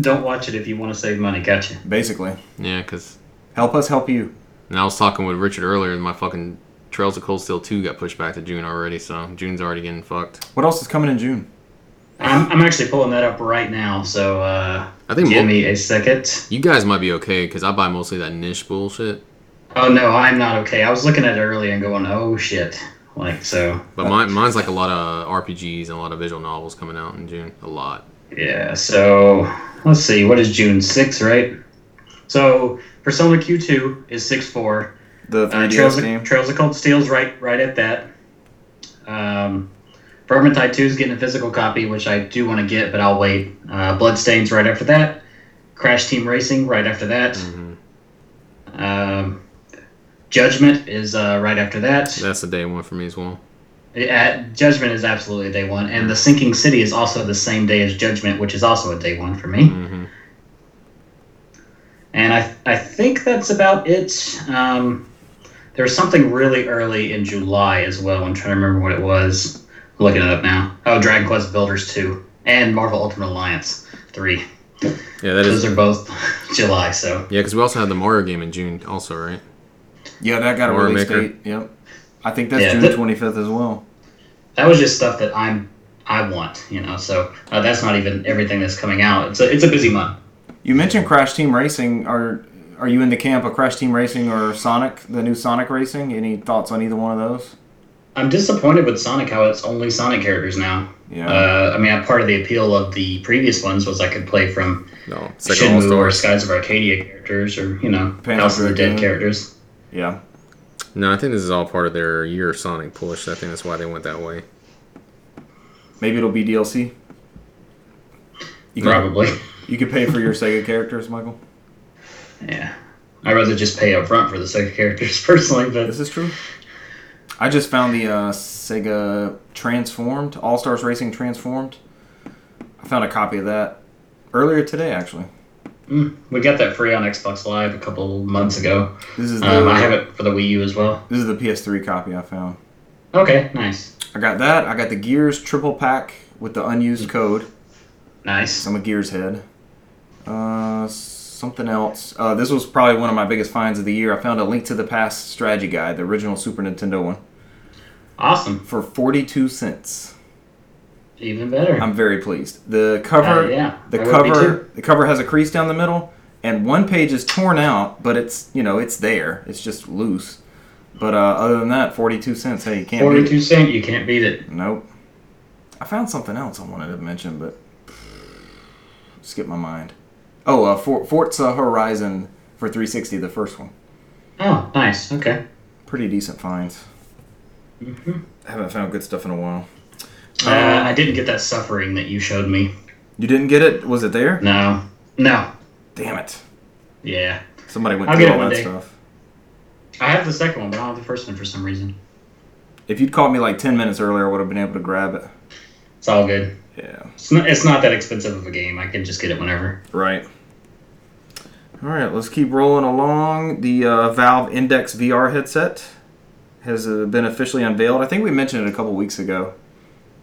Speaker 3: Don't watch it if you want to save money. Gotcha.
Speaker 1: Basically,
Speaker 2: Yeah, because
Speaker 1: help us help you.
Speaker 2: and I was talking with Richard earlier, and my fucking Trails of Cold Steel two got pushed back to June already. So June's already getting fucked.
Speaker 1: What else is coming in June?
Speaker 3: I'm, I'm actually pulling that up right now, so uh,
Speaker 2: I think
Speaker 3: give
Speaker 2: mo-
Speaker 3: me a second.
Speaker 2: you guys might be okay because I buy mostly that niche bullshit.
Speaker 3: Oh no, I'm not okay. I was looking at it earlier and going, oh shit. Like, so,
Speaker 2: But mine, mine's like a lot of RPGs and a lot of visual novels coming out in June. A lot.
Speaker 3: yeah, so let's see, what is June 6th, right? So, Persona Q2 is 6 4.
Speaker 1: The
Speaker 3: Uh,
Speaker 1: 3DS
Speaker 3: Trails,
Speaker 1: game.
Speaker 3: of, Trails of Cold Steel's right right at that. Um, Vermintide 2 is getting a physical copy, which I do want to get, but I'll wait. Uh, Bloodstain's right after that. Crash Team Racing right after that.
Speaker 2: hmm
Speaker 3: Um, Judgment is uh, right after that.
Speaker 2: That's the day one for me as well.
Speaker 3: Uh, Judgment is absolutely day one, and the Sinking City is also the same day as Judgment, which is also a day one for me.
Speaker 2: hmm
Speaker 3: And I I think that's about it. Um, there was something really early in July as well. I'm trying to remember what it was. I'm looking it up now. Oh, Dragon Quest Builders two and Marvel Ultimate Alliance three.
Speaker 2: Yeah, that is
Speaker 3: Those are both July. So
Speaker 2: Yeah, because we also had the Mario game in June, also, right?
Speaker 1: Yeah, that got a
Speaker 2: Mario
Speaker 1: release
Speaker 2: Maker.
Speaker 1: date. Yep. I think that's
Speaker 3: Yeah,
Speaker 1: June
Speaker 3: that-
Speaker 1: 25th as well.
Speaker 3: that was just stuff that I'm I want. You know, so uh, that's not even everything that's coming out. It's a it's a busy month.
Speaker 1: You mentioned Crash Team Racing. Are are you in the camp of Crash Team Racing or Sonic, the new Sonic Racing? Any thoughts on either one of those?
Speaker 3: I'm disappointed with Sonic how it's only Sonic characters now.
Speaker 1: Yeah.
Speaker 3: Uh, I mean, part of the appeal of the previous ones was I could play from
Speaker 2: No, it's like All
Speaker 3: Shinmu or
Speaker 2: Stars.
Speaker 3: Skies of Arcadia characters, or you know,
Speaker 1: Panzer
Speaker 3: House of the Dead
Speaker 1: Dragoon.
Speaker 3: characters.
Speaker 1: yeah.
Speaker 2: No, I think this is all part of their year Sonic push. I think that's why they went that way.
Speaker 1: Maybe it'll be DLC. You can,
Speaker 3: Probably,
Speaker 1: you can pay for your Sega characters, Michael.
Speaker 3: yeah. I'd rather just pay up front for the second characters personally, but
Speaker 1: This is true. I just found the uh, Sega Transformed, All Stars Racing Transformed. I found a copy of that earlier today, actually.
Speaker 3: mm, we got that free on Xbox Live a couple months ago.
Speaker 1: This is the
Speaker 3: Um, I have it for the Wii U as well.
Speaker 1: this is the PS3 copy I found.
Speaker 3: Okay, nice,
Speaker 1: I got that. I got the Gears triple pack with the unused
Speaker 3: Mm.
Speaker 1: code.
Speaker 3: nice.
Speaker 1: I'm a Gears head. Uh, something else. Uh, this was probably one of my biggest finds of the year. I found a Link to the Past strategy guide, the original Super Nintendo one,
Speaker 3: Awesome,
Speaker 1: for 42 cents.
Speaker 3: even better.
Speaker 1: I'm very pleased. The cover,
Speaker 3: Uh, yeah,
Speaker 1: the
Speaker 3: I would be
Speaker 1: cover,
Speaker 3: too.
Speaker 1: the cover has a crease down the middle, and one page is torn out, but it's you know it's there. It's just loose. But uh, other than that, forty-two cents. Hey, you can't. beat it.
Speaker 3: Forty-two cent, you can't beat it.
Speaker 1: Nope. I found something else I wanted to mention, but skip my mind. Oh, uh, For- Forza Horizon for 360, the first one.
Speaker 3: Oh, nice. Okay.
Speaker 1: Pretty decent finds.
Speaker 3: Mm-hmm.
Speaker 1: Haven't found good stuff in a while.
Speaker 3: Uh, I didn't get that suffering that you showed me.
Speaker 1: You didn't get it? Was it there?
Speaker 3: No. No.
Speaker 1: Damn it!
Speaker 3: Yeah.
Speaker 1: Somebody went
Speaker 3: I'll
Speaker 1: through
Speaker 3: get it
Speaker 1: all
Speaker 3: one
Speaker 1: that
Speaker 3: day.
Speaker 1: stuff.
Speaker 3: I have the second one, but I don't have the first one for some reason.
Speaker 1: If you'd called me like 10 minutes earlier, I would have been able to grab it.
Speaker 3: It's all good.
Speaker 1: Yeah.
Speaker 3: It's not, it's not that expensive of a game. I can just get it whenever.
Speaker 1: Right. All right, let's keep rolling along. The uh, Valve Index VR headset has uh, been officially unveiled. I think we mentioned it a couple weeks ago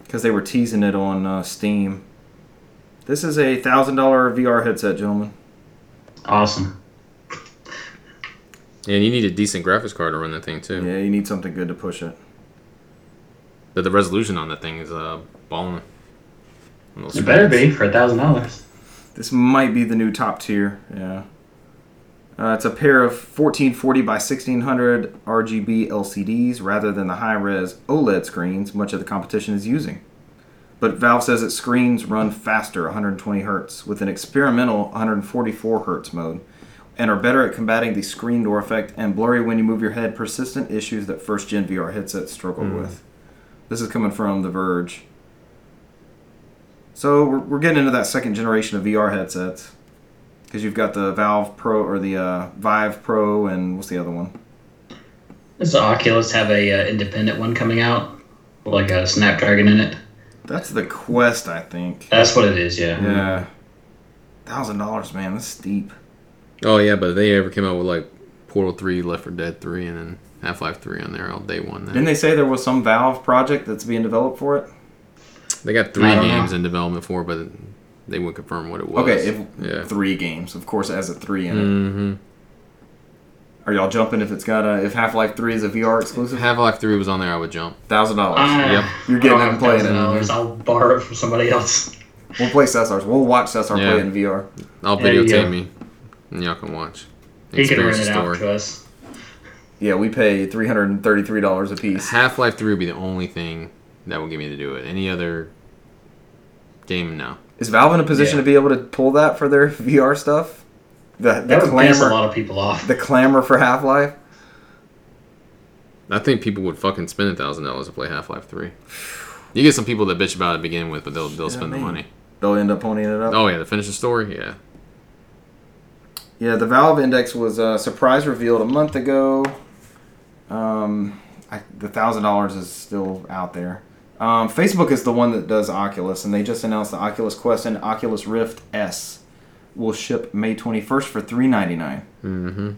Speaker 1: because they were teasing it on uh, Steam. This is a thousand dollar VR headset, gentlemen.
Speaker 3: Awesome.
Speaker 2: Yeah, and you need a decent graphics card to run that thing too.
Speaker 1: Yeah, you need something good to push it.
Speaker 2: The, the resolution on that thing is uh balling. On those
Speaker 3: It better
Speaker 2: screens.
Speaker 3: be for a thousand dollars.
Speaker 1: This might be the new top tier. Yeah. Uh, it's a pair of 1440 by 1600 RGB LCDs rather than the high res OLED E screens much of the competition is using. But Valve says its screens run faster 120 hertz with an experimental 144 hertz mode and are better at combating the screen door effect and blurry when you move your head persistent issues that first gen VR headsets struggle with. This is coming from The Verge. So we're, we're getting into that second generation of VR headsets because you've got the Valve Pro or the uh, Vive Pro and what's the other one?
Speaker 3: Does the Oculus have a uh, independent one coming out, with, like a Snapdragon in it?
Speaker 1: That's the Quest, I think.
Speaker 3: That's what it is. Yeah.
Speaker 1: Yeah, thousand dollars, man. That's steep.
Speaker 2: Oh yeah, but if they ever came out with like Portal Three, Left for Dead Three, and then Half Life Three on there all day one. Then
Speaker 1: Didn't they say there was some Valve project that's being developed for it?
Speaker 2: they got three
Speaker 3: I don't
Speaker 2: games in development for, it, but they wouldn't confirm what it was.
Speaker 1: Okay, if
Speaker 2: yeah.
Speaker 1: three games, of course, it has a three in
Speaker 3: Mm.
Speaker 1: it.
Speaker 2: hmm
Speaker 1: Are y'all jumping if it's got a if Half Life Three is a VR exclusive?
Speaker 2: Half Life Three was on there, I would jump.
Speaker 1: Thousand dollars.
Speaker 3: Ah, I-
Speaker 2: Yep.
Speaker 1: You're getting
Speaker 3: I
Speaker 1: it
Speaker 3: don't
Speaker 1: and
Speaker 3: have
Speaker 1: playing
Speaker 3: thousand
Speaker 1: it.
Speaker 3: dollars. I'll borrow it from somebody else.
Speaker 1: We'll play Cesar's. We'll watch Cesar
Speaker 2: Yeah.
Speaker 1: play in VR.
Speaker 2: I'll
Speaker 3: There you
Speaker 2: videotape
Speaker 3: go.
Speaker 2: me, and y'all can watch.
Speaker 3: He can
Speaker 2: Experience
Speaker 3: rent
Speaker 2: the
Speaker 3: it out
Speaker 2: story.
Speaker 3: to us.
Speaker 1: Yeah, we pay three hundred and thirty three dollars a piece.
Speaker 2: Half Life Three would be the only thing that would get me to do it. Any other game, no.
Speaker 1: Is Valve in a position
Speaker 3: Yeah.
Speaker 1: to be able to pull that for their VR stuff? The, the
Speaker 3: That would piss a
Speaker 1: clamor,
Speaker 3: lot of people off.
Speaker 1: the clamor for Half Life.
Speaker 2: I think people would fucking spend a thousand dollars to play Half Life Three. You get some people that bitch about it to begin with, but they'll they'll
Speaker 1: Shit, I
Speaker 2: spend the
Speaker 1: mean.
Speaker 2: money.
Speaker 1: They'll end up ponying it up.
Speaker 2: Oh yeah, to finish the story, yeah.
Speaker 1: Yeah, the Valve Index was uh, surprise revealed a month ago. Um, I, the thousand dollars is still out there. Um, Facebook is the one that does Oculus, and they just announced the Oculus Quest and Oculus Rift S will ship May twenty first for three ninety nine.
Speaker 2: hmm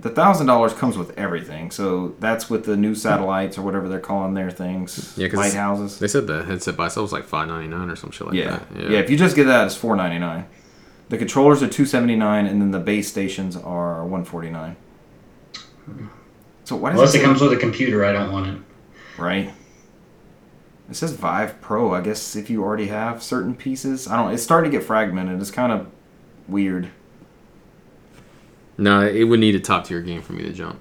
Speaker 1: The thousand dollars comes with everything, so that's with the new satellites or whatever they're calling their things,
Speaker 2: Yeah, 'cause it's-
Speaker 1: lighthouses.
Speaker 2: They said the headset by itself was like five ninety nine or some shit like
Speaker 1: yeah.
Speaker 2: that.
Speaker 1: yeah. If you just get that, it's four ninety nine. The controllers are two seventy nine, and then the base stations are one forty nine. So why does
Speaker 3: Unless
Speaker 1: it
Speaker 3: it
Speaker 1: say-
Speaker 3: comes with a computer, I don't want it.
Speaker 1: right? It says Vive Pro. I guess if you already have certain pieces, I don't. It's starting to get fragmented. It's kind of weird.
Speaker 2: No, it would need a top tier game for me to jump.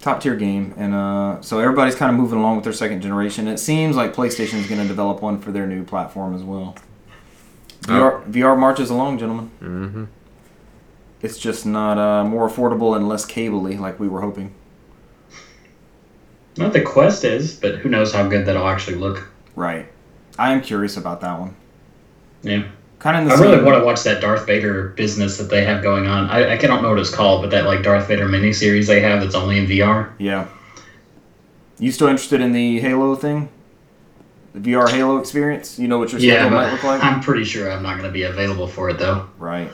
Speaker 1: Top tier game, and uh, so everybody's kind of moving along with their second generation. It seems like PlayStation is going to develop one for their new platform as well.
Speaker 2: Oh.
Speaker 1: VR, VR marches along, gentlemen.
Speaker 2: Mm-hmm.
Speaker 1: it's just not uh, more affordable and less cabley like we were hoping.
Speaker 3: Not the Quest is, but who knows how good that'll actually look.
Speaker 1: Right. I am curious about that one.
Speaker 3: Yeah.
Speaker 1: Kind of in the
Speaker 3: I
Speaker 1: same.
Speaker 3: really want to watch that Darth Vader business that they have going on. I, I don't know what it's called, but that like Darth Vader miniseries they have that's only in VR.
Speaker 1: yeah. You still interested in the Halo thing? The VR Halo experience? You know what your schedule
Speaker 3: Yeah,
Speaker 1: might look
Speaker 3: but
Speaker 1: like?
Speaker 3: I'm pretty sure I'm not going to be available for it though.
Speaker 1: right.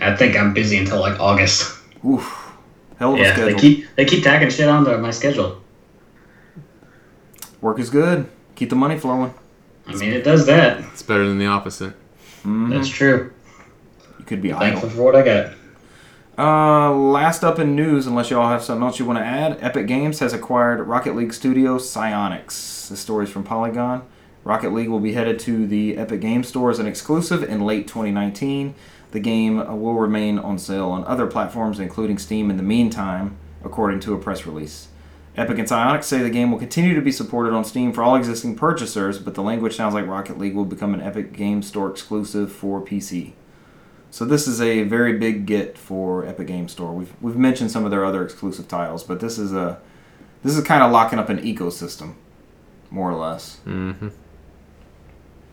Speaker 3: I think I'm busy until like August.
Speaker 1: Oof. Hell of a
Speaker 3: Yeah, they
Speaker 1: schedule.
Speaker 3: keep they keep tacking shit onto my schedule.
Speaker 1: Work is good. Keep the money flowing.
Speaker 3: I mean, it does that.
Speaker 2: It's better than the opposite.
Speaker 1: Mhm.
Speaker 3: That's true.
Speaker 1: You could be idle.
Speaker 3: Thankful for what I got.
Speaker 1: Uh, last up in news, unless y'all have something else you want to add, Epic Games has acquired Rocket League studio Psyonix. The story's from Polygon. Rocket League will be headed to the Epic Game Store as an exclusive in late 2019. The game uh, will remain on sale on other platforms, including Steam, in the meantime, according to a press release. Epic and Psyonix say the game will continue to be supported on Steam for all existing purchasers, but the language sounds like Rocket League will become an Epic Game Store exclusive for PC. So this is a very big get for Epic Game Store. We've we've mentioned some of their other exclusive titles, but this is a this is kind of locking up an ecosystem, more or less.
Speaker 2: Mm-hmm.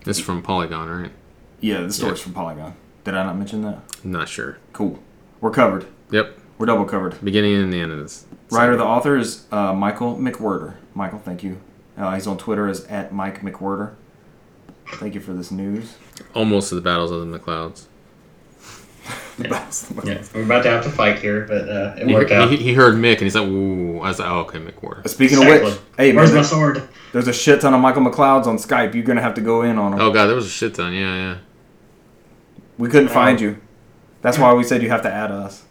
Speaker 2: This is from Polygon, right?
Speaker 1: Yeah, the story's from Polygon. Did I not mention that?
Speaker 2: I'm not sure.
Speaker 1: Cool. We're covered.
Speaker 2: Yep.
Speaker 1: We're double covered.
Speaker 2: Beginning and the end of this.
Speaker 1: Writer, the author is uh, Michael McWhirter. Michael, thank you. Uh, he's on Twitter as at Mike McWhirter. Thank you for this news.
Speaker 2: Almost to the battles of the McLeods.
Speaker 3: Yeah. yeah, we're about to have to fight here, but uh, it
Speaker 2: He,
Speaker 3: worked out.
Speaker 2: he, he heard Mick and he's like, "Ooh," I was like, "Oh, okay, Mick Ward."
Speaker 1: Speaking
Speaker 3: Exactly.
Speaker 1: of which, hey, man,
Speaker 3: Where's my
Speaker 1: there's,
Speaker 3: sword?
Speaker 1: there's a shit ton of Michael McLeods on Skype. You're gonna have to go in on them.
Speaker 2: Oh god, there was a shit ton. Yeah, yeah.
Speaker 1: We couldn't find you. That's why we said you have to add us.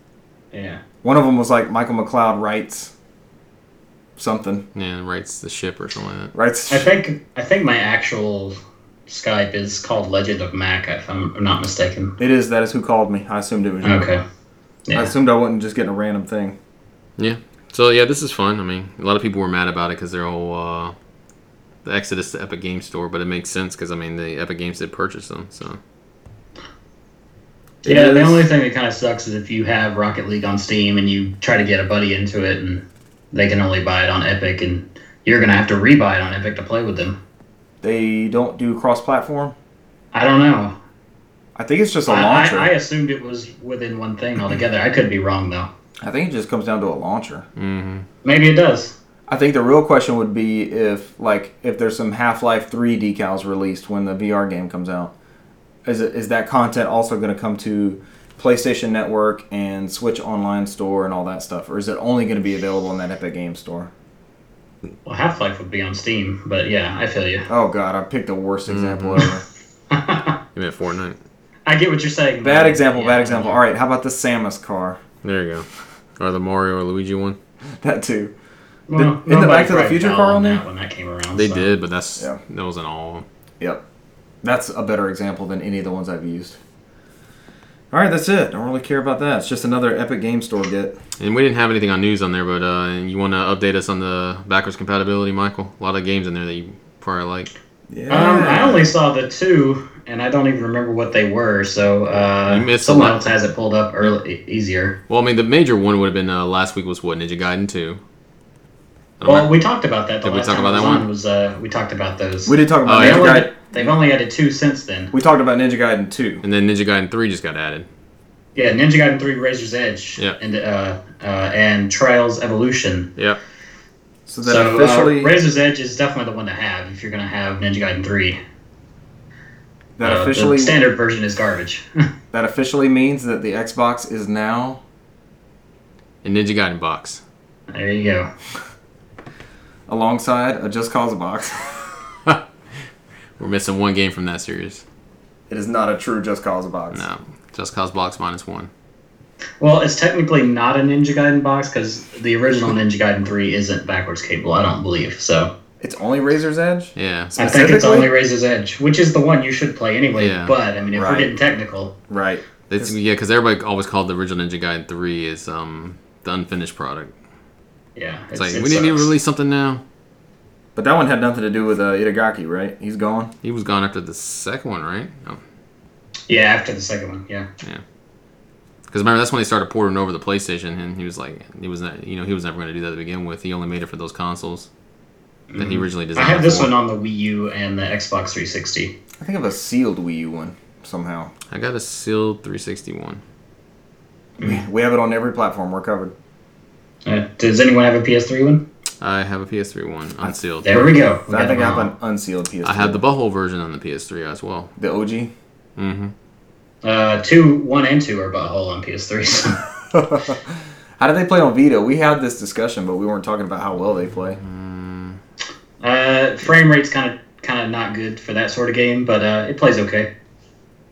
Speaker 3: Yeah.
Speaker 1: One of them was like Michael McLeod writes something.
Speaker 2: Yeah, writes the ship or something like that.
Speaker 1: Writes.
Speaker 3: I think I think my actual Skype is called Legend of Mac, if I'm not mistaken.
Speaker 1: It is. That is who called me. I assumed it was you.
Speaker 3: Okay.
Speaker 1: I
Speaker 3: Yeah.
Speaker 1: assumed I wasn't just getting a random thing.
Speaker 2: Yeah. So yeah, this is fun. I mean, a lot of people were mad about it because their whole uh, the exodus to Epic Games Store, but it makes sense because I mean, the Epic Games did purchase them. So
Speaker 3: Yeah, the
Speaker 1: is-
Speaker 3: only thing that kind of sucks is if you have Rocket League on Steam and you try to get a buddy into it and they can only buy it on Epic and you're going to have to rebuy it on Epic to play with them.
Speaker 1: They don't do cross-platform.
Speaker 3: I don't know.
Speaker 1: I think it's just a
Speaker 3: I,
Speaker 1: launcher.
Speaker 3: I, I
Speaker 1: I,
Speaker 3: assumed it was within one thing altogether. I could be wrong, though.
Speaker 1: think it just comes down to a launcher.
Speaker 2: mm-hmm.
Speaker 3: Maybe it does.
Speaker 1: I think the real question would be if, like, if there's some Half-Life 3 decals released when the VR game comes out. Is it, is that content also going to come to PlayStation Network and Switch Online Store and all that stuff, or is it only going to be available in that Epic Game Store?
Speaker 3: Well, Half Life would be on Steam, but yeah, I feel you.
Speaker 1: Oh God, I picked the worst example ever.
Speaker 2: you meant Fortnite.
Speaker 3: I get what you're saying.
Speaker 1: Bad
Speaker 3: but-
Speaker 1: example,
Speaker 3: yeah.
Speaker 1: bad example. All right, how about the Samus car?
Speaker 2: There you go. Or the Mario or Luigi one.
Speaker 1: That too.
Speaker 3: Well,
Speaker 1: Did- isn't the
Speaker 3: nobody
Speaker 1: Back to the
Speaker 3: probably
Speaker 1: Future
Speaker 3: fell
Speaker 1: car on there?
Speaker 3: that when that came around?
Speaker 2: They
Speaker 3: so.
Speaker 2: did, but that's
Speaker 1: Yeah.
Speaker 2: that wasn't all.
Speaker 1: Yep, that's a better example than any of the ones I've used. All right, that's it. Don't really care about that. It's just another Epic Game Store get.
Speaker 2: And we didn't have anything on news on there, but uh, you want to update us on the backwards compatibility, Michael? A lot of games in there that you probably like.
Speaker 1: Yeah.
Speaker 3: Um, I only saw the two, and I don't even remember what they were. So uh,
Speaker 2: You missed a
Speaker 3: someone
Speaker 2: lot.
Speaker 3: else has it pulled up early, e-, easier.
Speaker 2: Well, I mean, the major one would have been uh, last week was what Ninja Gaiden Two. I don't
Speaker 3: Well,
Speaker 2: know.
Speaker 3: we talked about that. The
Speaker 2: Did we
Speaker 3: last
Speaker 2: talk
Speaker 3: time
Speaker 2: about
Speaker 3: I was
Speaker 2: that
Speaker 3: on
Speaker 2: one?
Speaker 3: Was uh, we talked about those?
Speaker 1: we did talk about
Speaker 2: Oh,
Speaker 3: They
Speaker 2: yeah.
Speaker 1: Ninja
Speaker 3: only,
Speaker 1: Gaiden.
Speaker 3: they've only added two since then.
Speaker 1: We talked about Ninja Gaiden two.
Speaker 2: and then Ninja Gaiden Three just got added.
Speaker 3: Yeah, Ninja Gaiden Three: Razor's Edge,
Speaker 2: Yeah.
Speaker 3: and uh, uh, and Trials Evolution.
Speaker 2: Yep.
Speaker 1: So that
Speaker 3: so
Speaker 1: officially
Speaker 3: uh, Razor's Edge is definitely the one to have if you're going to have Ninja Gaiden Three.
Speaker 1: that
Speaker 3: Uh, the
Speaker 1: officially
Speaker 3: standard version is garbage.
Speaker 1: that officially means that the Xbox is now
Speaker 2: And Ninja Gaiden Box.
Speaker 3: there you go.
Speaker 1: alongside a Just Cause box.
Speaker 2: We're missing one game from that series.
Speaker 1: it is not a true Just Cause box.
Speaker 2: No, Just Cause Box minus one.
Speaker 3: Well, it's technically not a Ninja Gaiden box because the original Ninja Gaiden 3 isn't backwards capable, I don't believe. So
Speaker 1: It's only Razor's Edge.
Speaker 2: Yeah.
Speaker 3: I think it's
Speaker 1: Specifically?
Speaker 3: only Razor's Edge, which is the one you should play anyway.
Speaker 2: Yeah.
Speaker 3: But, I mean, if
Speaker 1: Right.
Speaker 3: we're getting technical,
Speaker 1: Right.
Speaker 2: It's, yeah, because everybody always called the original Ninja Gaiden Three is um the unfinished product.
Speaker 3: yeah.
Speaker 2: It's, like we didn't even release something now.
Speaker 1: But that one had nothing to do with uh, Itagaki, right? He's gone.
Speaker 2: He was gone after the second one, right? Oh.
Speaker 3: Yeah, after the second one, yeah.
Speaker 2: Because remember, that's when they started porting over the PlayStation, and he was like, he was not, you know, he was never going to do that to begin with. He only made it for those consoles that he originally
Speaker 3: Mm-hmm. I
Speaker 2: designed.
Speaker 3: have this
Speaker 2: for.
Speaker 3: one on the Wii U and the Xbox 360.
Speaker 1: I think of a sealed Wii U one somehow.
Speaker 2: I E got a sealed 361.
Speaker 1: We have it on every platform. We're covered.
Speaker 3: Uh, does anyone have a PS3 one?
Speaker 2: I have a PS3 one unsealed.
Speaker 3: There we go. We
Speaker 1: I
Speaker 3: got
Speaker 1: think
Speaker 3: it
Speaker 1: I have
Speaker 3: all.
Speaker 1: an unsealed PS3.
Speaker 2: E I have the butthole version on the PS3 as well.
Speaker 1: the OG.
Speaker 2: Mm-hmm.
Speaker 3: uh, two, one and two are butthole on PS3. So.
Speaker 1: how do they play on Vita? We had this discussion, but we weren't talking about how well they play.
Speaker 2: Mm,
Speaker 3: uh, frame rate's kind of kind of not good for that sort of game, but uh, it plays okay.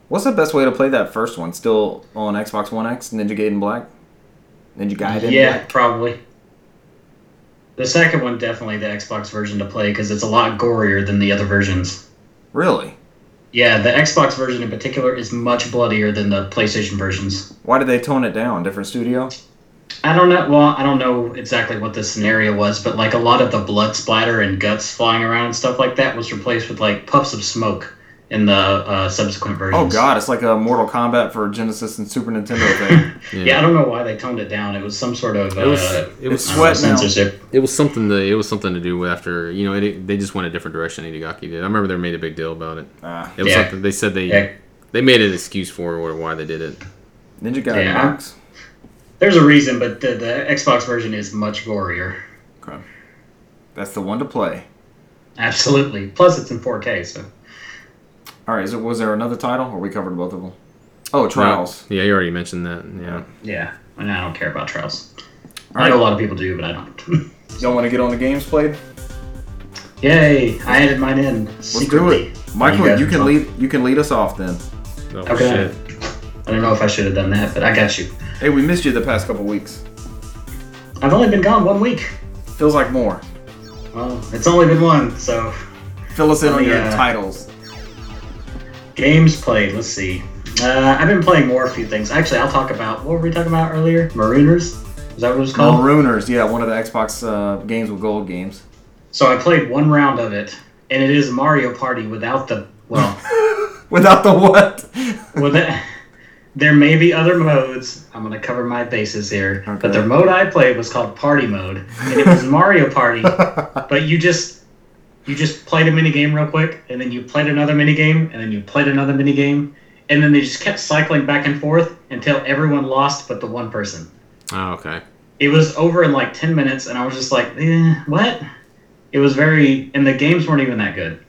Speaker 1: What's the best way to play that first one? Still on Xbox One X, Ninja Gaiden Black, Ninja Gaiden.
Speaker 3: yeah,
Speaker 1: Black?
Speaker 3: probably. The second one definitely the Xbox version to play because it's a lot gorier than the other versions.
Speaker 1: Really?
Speaker 3: Yeah, the Xbox version in particular is much bloodier than the PlayStation versions.
Speaker 1: Why did they tone it down? Different studio.
Speaker 3: I don't know. Well, I don't know exactly what the scenario was, but like a lot of the blood splatter and guts flying around and stuff like that was replaced with like puffs of smoke in the uh, subsequent versions.
Speaker 1: Oh god, it's like a Mortal Kombat for Genesis and Super Nintendo thing.
Speaker 3: Yeah. I don't know why they toned it down. It was some sort of uh,
Speaker 2: It was it
Speaker 1: it's
Speaker 2: was
Speaker 3: I don't know,
Speaker 1: sweat now.
Speaker 3: censorship.
Speaker 2: it was something to it was something to do with after you know it, it- they just went a different direction. Itagaki did. I remember they made a big deal about it.
Speaker 1: Ah,
Speaker 2: It was
Speaker 3: Yeah.
Speaker 2: something they said they
Speaker 3: Yeah.
Speaker 2: they made an excuse for or why they did it.
Speaker 1: Ninja Gaiden
Speaker 3: Yeah.
Speaker 1: works.
Speaker 3: There's a reason, but the, the Xbox version is much gorier.
Speaker 1: Okay. That's the one to play.
Speaker 3: Absolutely. Plus, it's in 4K, so
Speaker 1: All right, is it, was there another title or we covered both of them? Oh, Trials.
Speaker 2: Yeah, you already mentioned that. Yeah.
Speaker 3: yeah. And I don't care about Trials.
Speaker 1: All
Speaker 3: I know
Speaker 1: right.
Speaker 3: a lot of people do, but I don't.
Speaker 1: Y'all want to get on the games played?
Speaker 3: Yay! I added mine in.
Speaker 1: Let's do
Speaker 3: Secretly.
Speaker 1: it. Michael,
Speaker 3: guys
Speaker 1: you
Speaker 3: are
Speaker 1: can
Speaker 3: fun.
Speaker 1: lead you can lead us off then.
Speaker 2: Oh
Speaker 3: Okay. I don't know if I should have done that, but I got you.
Speaker 1: Hey, we missed you the past couple weeks.
Speaker 3: I've only been gone one week.
Speaker 1: Feels like more.
Speaker 3: Well, it's only been one, so
Speaker 1: Fill us in on your
Speaker 3: Oh, Yeah.
Speaker 1: titles.
Speaker 3: games played. Let's see. Uh, I've been playing more a few things. Actually, I'll talk about what were we talking about earlier? Marooners. Is that what it was called?
Speaker 1: Marooners, yeah, one of the Xbox uh, games with gold games.
Speaker 3: So I played one round of it, and it is Mario Party without the well.
Speaker 1: Without the what?
Speaker 3: with that, there may be other modes. I'm gonna cover my bases here,
Speaker 1: Okay.
Speaker 3: but the mode I played was called Party Mode, and it was Mario Party. But you just you just played a mini game real quick, and then you played another mini game, and then you played another mini game, and then they just kept cycling back and forth until everyone lost but the one person.
Speaker 2: Oh, okay.
Speaker 3: It was over in like ten minutes, and I was just like, eh, what? It was very, and the games weren't even that good.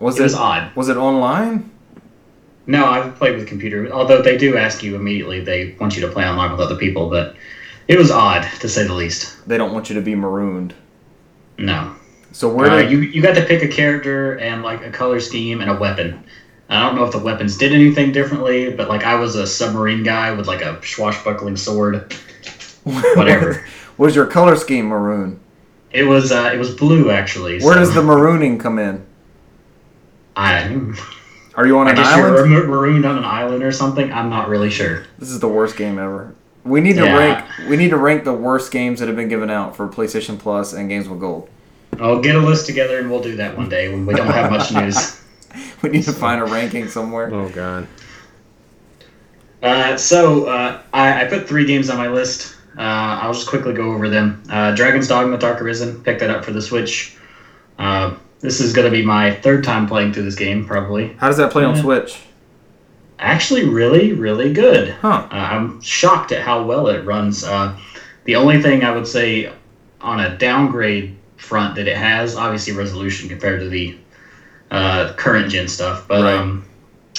Speaker 1: Was
Speaker 3: It was
Speaker 1: it
Speaker 3: odd.
Speaker 1: was it online?
Speaker 3: No, I've played with computer. Although they do ask you immediately, they want you to play online with other people. But it was odd to say the least.
Speaker 1: They don't want you to be marooned.
Speaker 3: No,
Speaker 1: So where
Speaker 3: Uh,
Speaker 1: did
Speaker 3: you you got to pick a character and like a color scheme and a weapon. I don't know if the weapons did anything differently, but like I was a submarine guy with like a swashbuckling sword. Whatever.
Speaker 1: was your color scheme maroon?
Speaker 3: it was uh, it was blue actually.
Speaker 1: Where
Speaker 3: so
Speaker 1: does the marooning come in?
Speaker 3: I
Speaker 1: Are you on
Speaker 3: I
Speaker 1: an
Speaker 3: guess
Speaker 1: island?
Speaker 3: you're mar- marooned on an island or something. I'm not really sure.
Speaker 1: This is the worst game ever. We need to
Speaker 3: Yeah.
Speaker 1: rank. We need to rank the worst games that have been given out for PlayStation Plus and Games with Gold.
Speaker 3: I'll get a list together and we'll do that one day when we don't have much news.
Speaker 1: We need to find a ranking somewhere.
Speaker 2: Oh god.
Speaker 3: Uh, so uh, I, I put three games on my list. Uh, I'll just quickly go over them. Uh, Dragon's Dogma: Dark Arisen. Picked that up for the Switch. Uh, this is gonna be my third time playing through this game, probably.
Speaker 1: How does that play on
Speaker 3: Yeah.
Speaker 1: Switch?
Speaker 3: Actually, really, really good.
Speaker 1: Huh?
Speaker 3: Uh, I'm shocked at how well it runs. Uh, the only thing I would say on a downgrade front that it has, obviously, resolution compared to the uh, current gen stuff, but
Speaker 1: Right.
Speaker 3: um,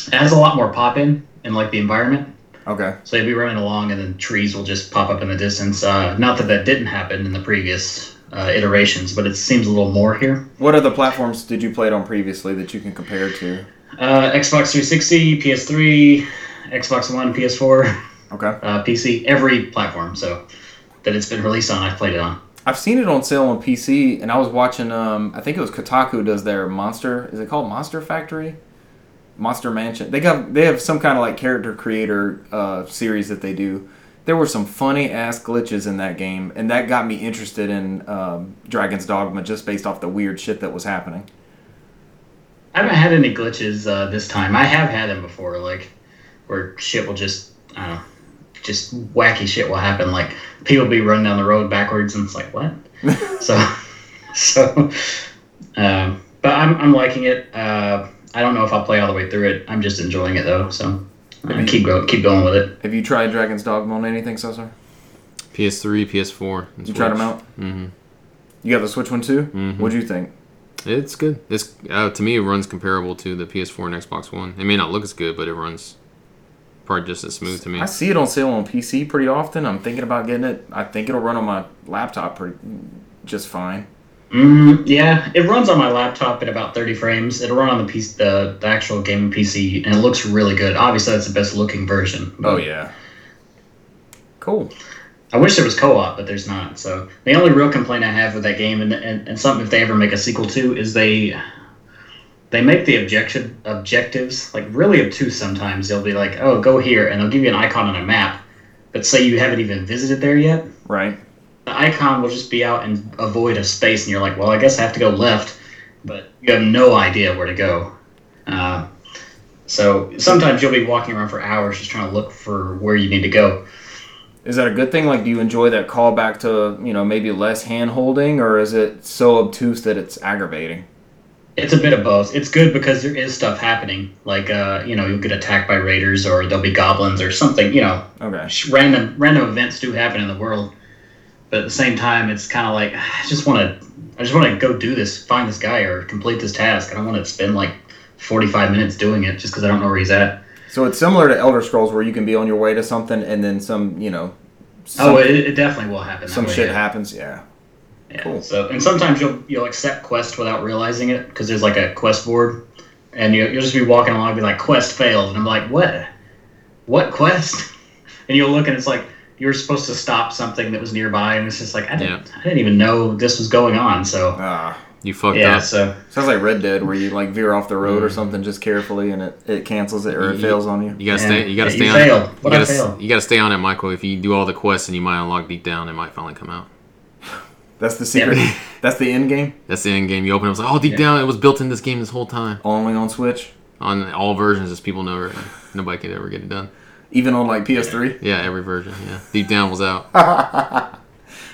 Speaker 3: it has a lot more pop in and like the environment.
Speaker 1: Okay.
Speaker 3: So you'll be running along, and then trees will just pop up in the distance. Uh, not that that didn't happen in the previous uh, iterations, but it seems a little more here.
Speaker 1: What other platforms did you play it on previously that you can compare to?
Speaker 3: Uh, Xbox 360, PS3, Xbox One, PS4,
Speaker 1: Okay.
Speaker 3: uh, PC, every platform. So that it's been released on, I've played it on.
Speaker 1: I've seen it on sale on PC, and I was watching. Um, I think it was Kotaku does their Monster. Is it called Monster Factory? Monster Mansion. They got they have some kind of like character creator uh, series that they do. There were some funny ass glitches in that game, and that got me interested in um, Dragon's Dogma just based off the weird shit that was happening.
Speaker 3: I haven't had any glitches uh, this time. I have had them before, like where shit will just, I don't know, just wacky shit will happen. Like people be running down the road backwards, and it's like what? so, so, um, but I'm I'm liking it. Uh, I don't know if I'll play all the way through it. I'm just enjoying it though. So, uh, keep go keep going with it.
Speaker 1: Have you tried Dragon's Dogma on anything, Cesar?
Speaker 2: PS3, PS4.
Speaker 1: You tried them out.
Speaker 2: Mm-hmm.
Speaker 1: You got the Switch one too.
Speaker 2: Mhm.
Speaker 1: What'd you think?
Speaker 2: It's good. It's uh, to me it runs comparable to the PS4 and Xbox One. It may not look as good, but it runs probably just as smooth to me.
Speaker 1: I see it on sale on PC pretty often. I'm thinking about getting it. I think it'll run on my laptop pretty just fine.
Speaker 3: Mm, yeah, it runs on my laptop at about 30 frames. It'll run on the piece the, the actual gaming PC, and it looks really good. Obviously, that's the best looking version. but-
Speaker 1: Oh yeah. Cool.
Speaker 3: I wish there was co-op, but there's not. So the only real complaint I have with that game, and, and, and something if they ever make a sequel to, is they they make the objection objectives like really obtuse. Sometimes they'll be like, "Oh, go here," and they'll give you an icon on a map, but say you haven't even visited there yet,
Speaker 1: right?
Speaker 3: the icon will just be out and avoid a space, and you're like, well, I guess I have to go left, but you have no idea where to go. Uh, so sometimes you'll be walking around for hours just trying to look for where you need to go.
Speaker 1: Is that a good thing? Like, do you enjoy that callback to you know maybe less hand holding, or is it so obtuse that it's aggravating?
Speaker 3: It's a bit of both. It's good because there is stuff happening, like uh, you know you'll get attacked by raiders or there'll be goblins or something. You know,
Speaker 1: Okay,
Speaker 3: random random events do happen in the world, but at the same time, it's kind of like "Ah, I just want to I just want to go do this, find this guy, or complete this task. I don't want to spend like forty five minutes doing it just because I don't know where he's at.
Speaker 1: so it's similar to Elder Scrolls, where you can be on your way to something and then some, you know, some,
Speaker 3: oh, it, it definitely will happen. that
Speaker 1: some
Speaker 3: way,
Speaker 1: shit
Speaker 3: yeah.
Speaker 1: happens. Yeah,
Speaker 3: Yeah.
Speaker 1: Cool.
Speaker 3: So and sometimes you'll you'll accept quests without realizing it because there's like a quest board, and you you'll just be walking along and be like quest failed, and I'm like what, what quest? And you'll look and it's like you were supposed to stop something that was nearby, and it's just like I didn't I didn't even know this was going on. So
Speaker 1: ah,
Speaker 2: Oh, You fucked
Speaker 3: yeah,
Speaker 2: up.
Speaker 3: so
Speaker 1: sounds like Red Dead, where you like veer off the road or something just carefully, and it, it cancels it or it
Speaker 2: You-
Speaker 1: fails on you.
Speaker 2: You gotta stay.
Speaker 3: Yeah.
Speaker 2: You gotta
Speaker 3: Yeah,
Speaker 2: stay
Speaker 3: you
Speaker 2: on.
Speaker 3: failed.
Speaker 2: It. You
Speaker 3: What'd I
Speaker 2: gotta. s-
Speaker 3: fail?
Speaker 2: You gotta stay on it, Michael. If you do all the quests and you might unlock deep down, it might finally come out.
Speaker 1: That's the secret.
Speaker 3: Yeah.
Speaker 1: That's the end game.
Speaker 2: That's the end game. You open it, it's like, oh, deep down, it was built in this game this whole time
Speaker 1: Only on Switch,
Speaker 2: on all versions. Just people never, nobody could ever get it done.
Speaker 1: even on like PS3.
Speaker 2: Yeah, every version. Yeah, deep down was out.
Speaker 1: Ah.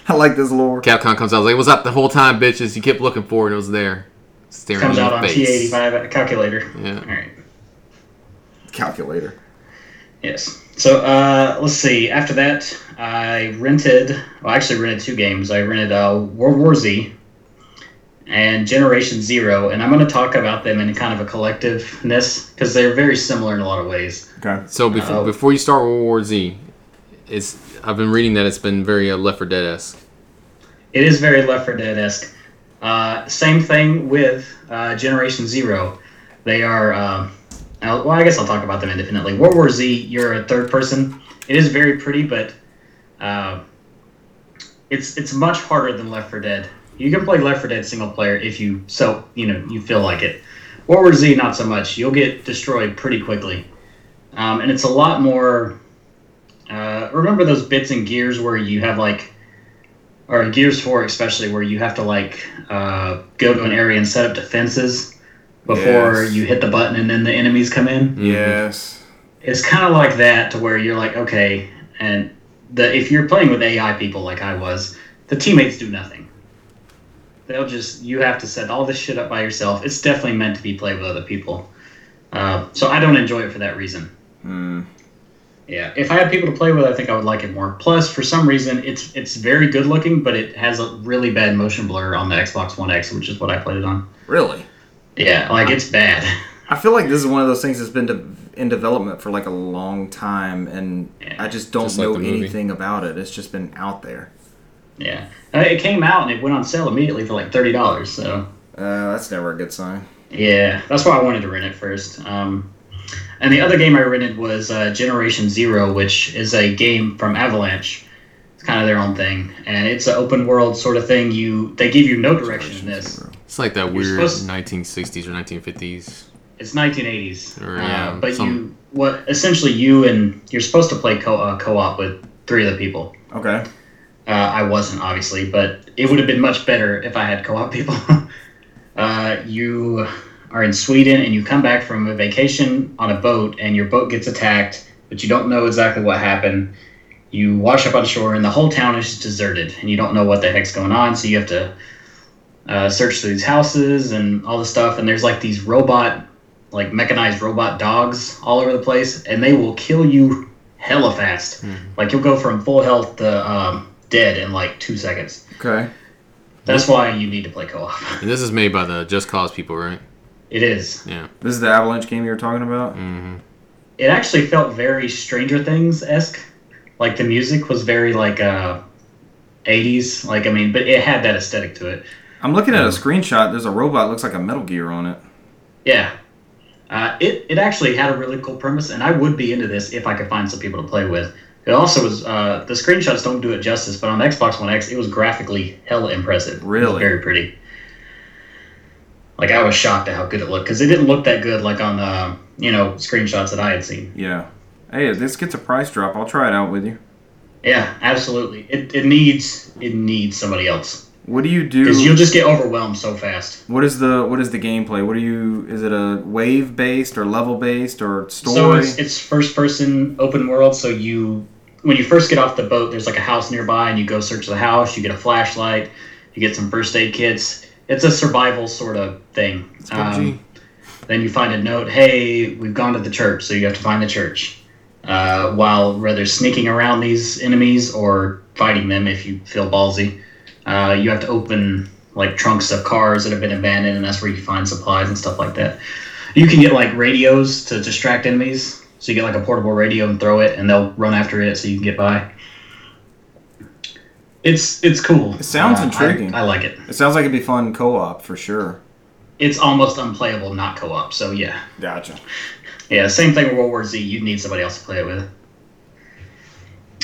Speaker 1: I like this lore.
Speaker 2: Capcom comes out. I was like, it was out the whole time, bitches. You kept looking for it. It was there, staring
Speaker 3: comes
Speaker 2: in
Speaker 3: out
Speaker 2: your
Speaker 3: on T eighty
Speaker 2: face.
Speaker 3: five at a calculator. All
Speaker 2: Yeah.
Speaker 3: right.
Speaker 1: Calculator.
Speaker 3: Yes. So uh, let's see. After that, I rented. Well, I actually rented two games. I rented uh, World War Z and Generation Zero, and I'm going to talk about them in kind of a collectiveness because they're very similar in a lot of ways.
Speaker 1: Okay.
Speaker 2: So before
Speaker 3: Oh.
Speaker 2: before you start World War Z, it's I've been reading that it's been very uh, Left 4 Dead esque.
Speaker 3: It is very Left 4 Dead esque. Uh, same thing with uh, Generation Zero. They are. um I'll- well, I guess I'll talk about them independently. World War Z, you're a third person. It is very pretty, but uh, it's it's much harder than Left 4 Dead. You can play Left 4 Dead single player if you so you know you feel like it. World War Z, not so much. You'll get destroyed pretty quickly, um, and it's a lot more. Uh, remember those bits and gears where you have like or Gears 4 especially, where you have to like uh, go to an area and set up defenses before
Speaker 1: Yes.
Speaker 3: you hit the button and then the enemies come in.
Speaker 1: Yes.
Speaker 3: It's kind of like that to where you're like, okay, and the if you're playing with AI people like I was, the teammates do nothing. They'll just you have to set all this shit up by yourself. It's definitely meant to be played with other people. Uh, so I don't enjoy it for that reason.
Speaker 1: Hmm.
Speaker 3: Yeah, if I had people to play with, I think I would like it more. Plus, for some reason, it's it's very good looking, but it has a really bad motion blur on the Xbox One X, which is what I played it on.
Speaker 1: Really?
Speaker 3: Yeah, like it's bad.
Speaker 1: I feel like this is one of those things that's been de- in development for like a long time, and I just don't
Speaker 2: Just like
Speaker 1: know
Speaker 2: the movie.
Speaker 1: anything about it. It's just been out there.
Speaker 3: Yeah, Uh, it came out and it went on sale immediately for like thirty dollars. So
Speaker 1: Uh, that's never a good sign.
Speaker 3: yeah, that's why I wanted to rent it first. Um, and the other game I rented was uh, Generation Zero, which is a game from Avalanche. It's kind of their own thing, and it's an open world sort of thing. You they give you no direction in this.
Speaker 2: It's like that weird
Speaker 3: supposed-
Speaker 2: 1960s or 1950s.
Speaker 3: It's 1980s.
Speaker 2: Or,
Speaker 3: uh,
Speaker 2: yeah,
Speaker 3: but
Speaker 2: some-
Speaker 3: you, what essentially you and you're supposed to play co- uh, co-op with three other people.
Speaker 1: Okay.
Speaker 3: Uh, I wasn't obviously, but it would have been much better if I had co-op people. uh, you are in Sweden and you come back from a vacation on a boat, and your boat gets attacked, but you don't know exactly what happened. You wash up on shore, and the whole town is just deserted, and you don't know what the heck's going on. So you have to uh, search through these houses and all this stuff. And there's like these robot, like mechanized robot dogs all over the place, and they will kill you hella fast. Like you'll go from full health to um, dead in like two seconds.
Speaker 1: Okay.
Speaker 3: That's why you need to play co-op.
Speaker 2: And this is made by the Just Cause people, right?
Speaker 3: It is.
Speaker 2: Yeah.
Speaker 1: This is the Avalanche game you were talking about.
Speaker 2: hmm
Speaker 3: It actually felt very Stranger Things esque. Like the music was very like uh, 80s. Like I mean, but it had that aesthetic to it.
Speaker 1: I'm looking
Speaker 2: Oh.
Speaker 1: at a screenshot. There's a robot. Looks like a Metal Gear on it.
Speaker 3: Yeah. Uh, it, it actually had a really cool premise, and I would be into this if I could find some people to play with. It also was, uh, the screenshots don't do it justice, but on Xbox One X, it was graphically hella impressive. It was
Speaker 1: Really?
Speaker 3: very pretty. Like, I was shocked at how good it looked, because it didn't look that good, like, on, uh, you know, screenshots that I had seen.
Speaker 1: Yeah. Hey, if this gets a price drop, I'll try it out with you.
Speaker 3: Yeah, absolutely. It, it needs it needs somebody else
Speaker 1: What do you
Speaker 3: because you'll
Speaker 1: do?
Speaker 3: just get overwhelmed so fast.
Speaker 1: What is the what is the gameplay? What are you? Is it a wave based or level based or
Speaker 3: So
Speaker 1: story?
Speaker 3: it's, it's first person open world. So you when you first get off the boat, there's like a house nearby, and you go search the house. You get a flashlight. You get some first aid kits. It's a survival sort of thing. Um, then you find a note hey we've gone to the church so you have to find the church uh, while rather sneaking around these enemies or fighting them if you feel ballsy uh, you have to open like trunks of cars that have been abandoned and that's where you find supplies and stuff like that you can get like radios to distract enemies so you get like a portable radio and throw it and they'll run after it so you can get by it's it's cool Uh,
Speaker 1: It sounds
Speaker 3: I-
Speaker 1: intriguing.
Speaker 3: I like it
Speaker 1: it sounds like it'd be fun co op for sure.
Speaker 3: it's almost unplayable not co-op so yeah
Speaker 1: Gotcha.
Speaker 3: Yeah, same thing with World War Z. You need somebody else to play it with.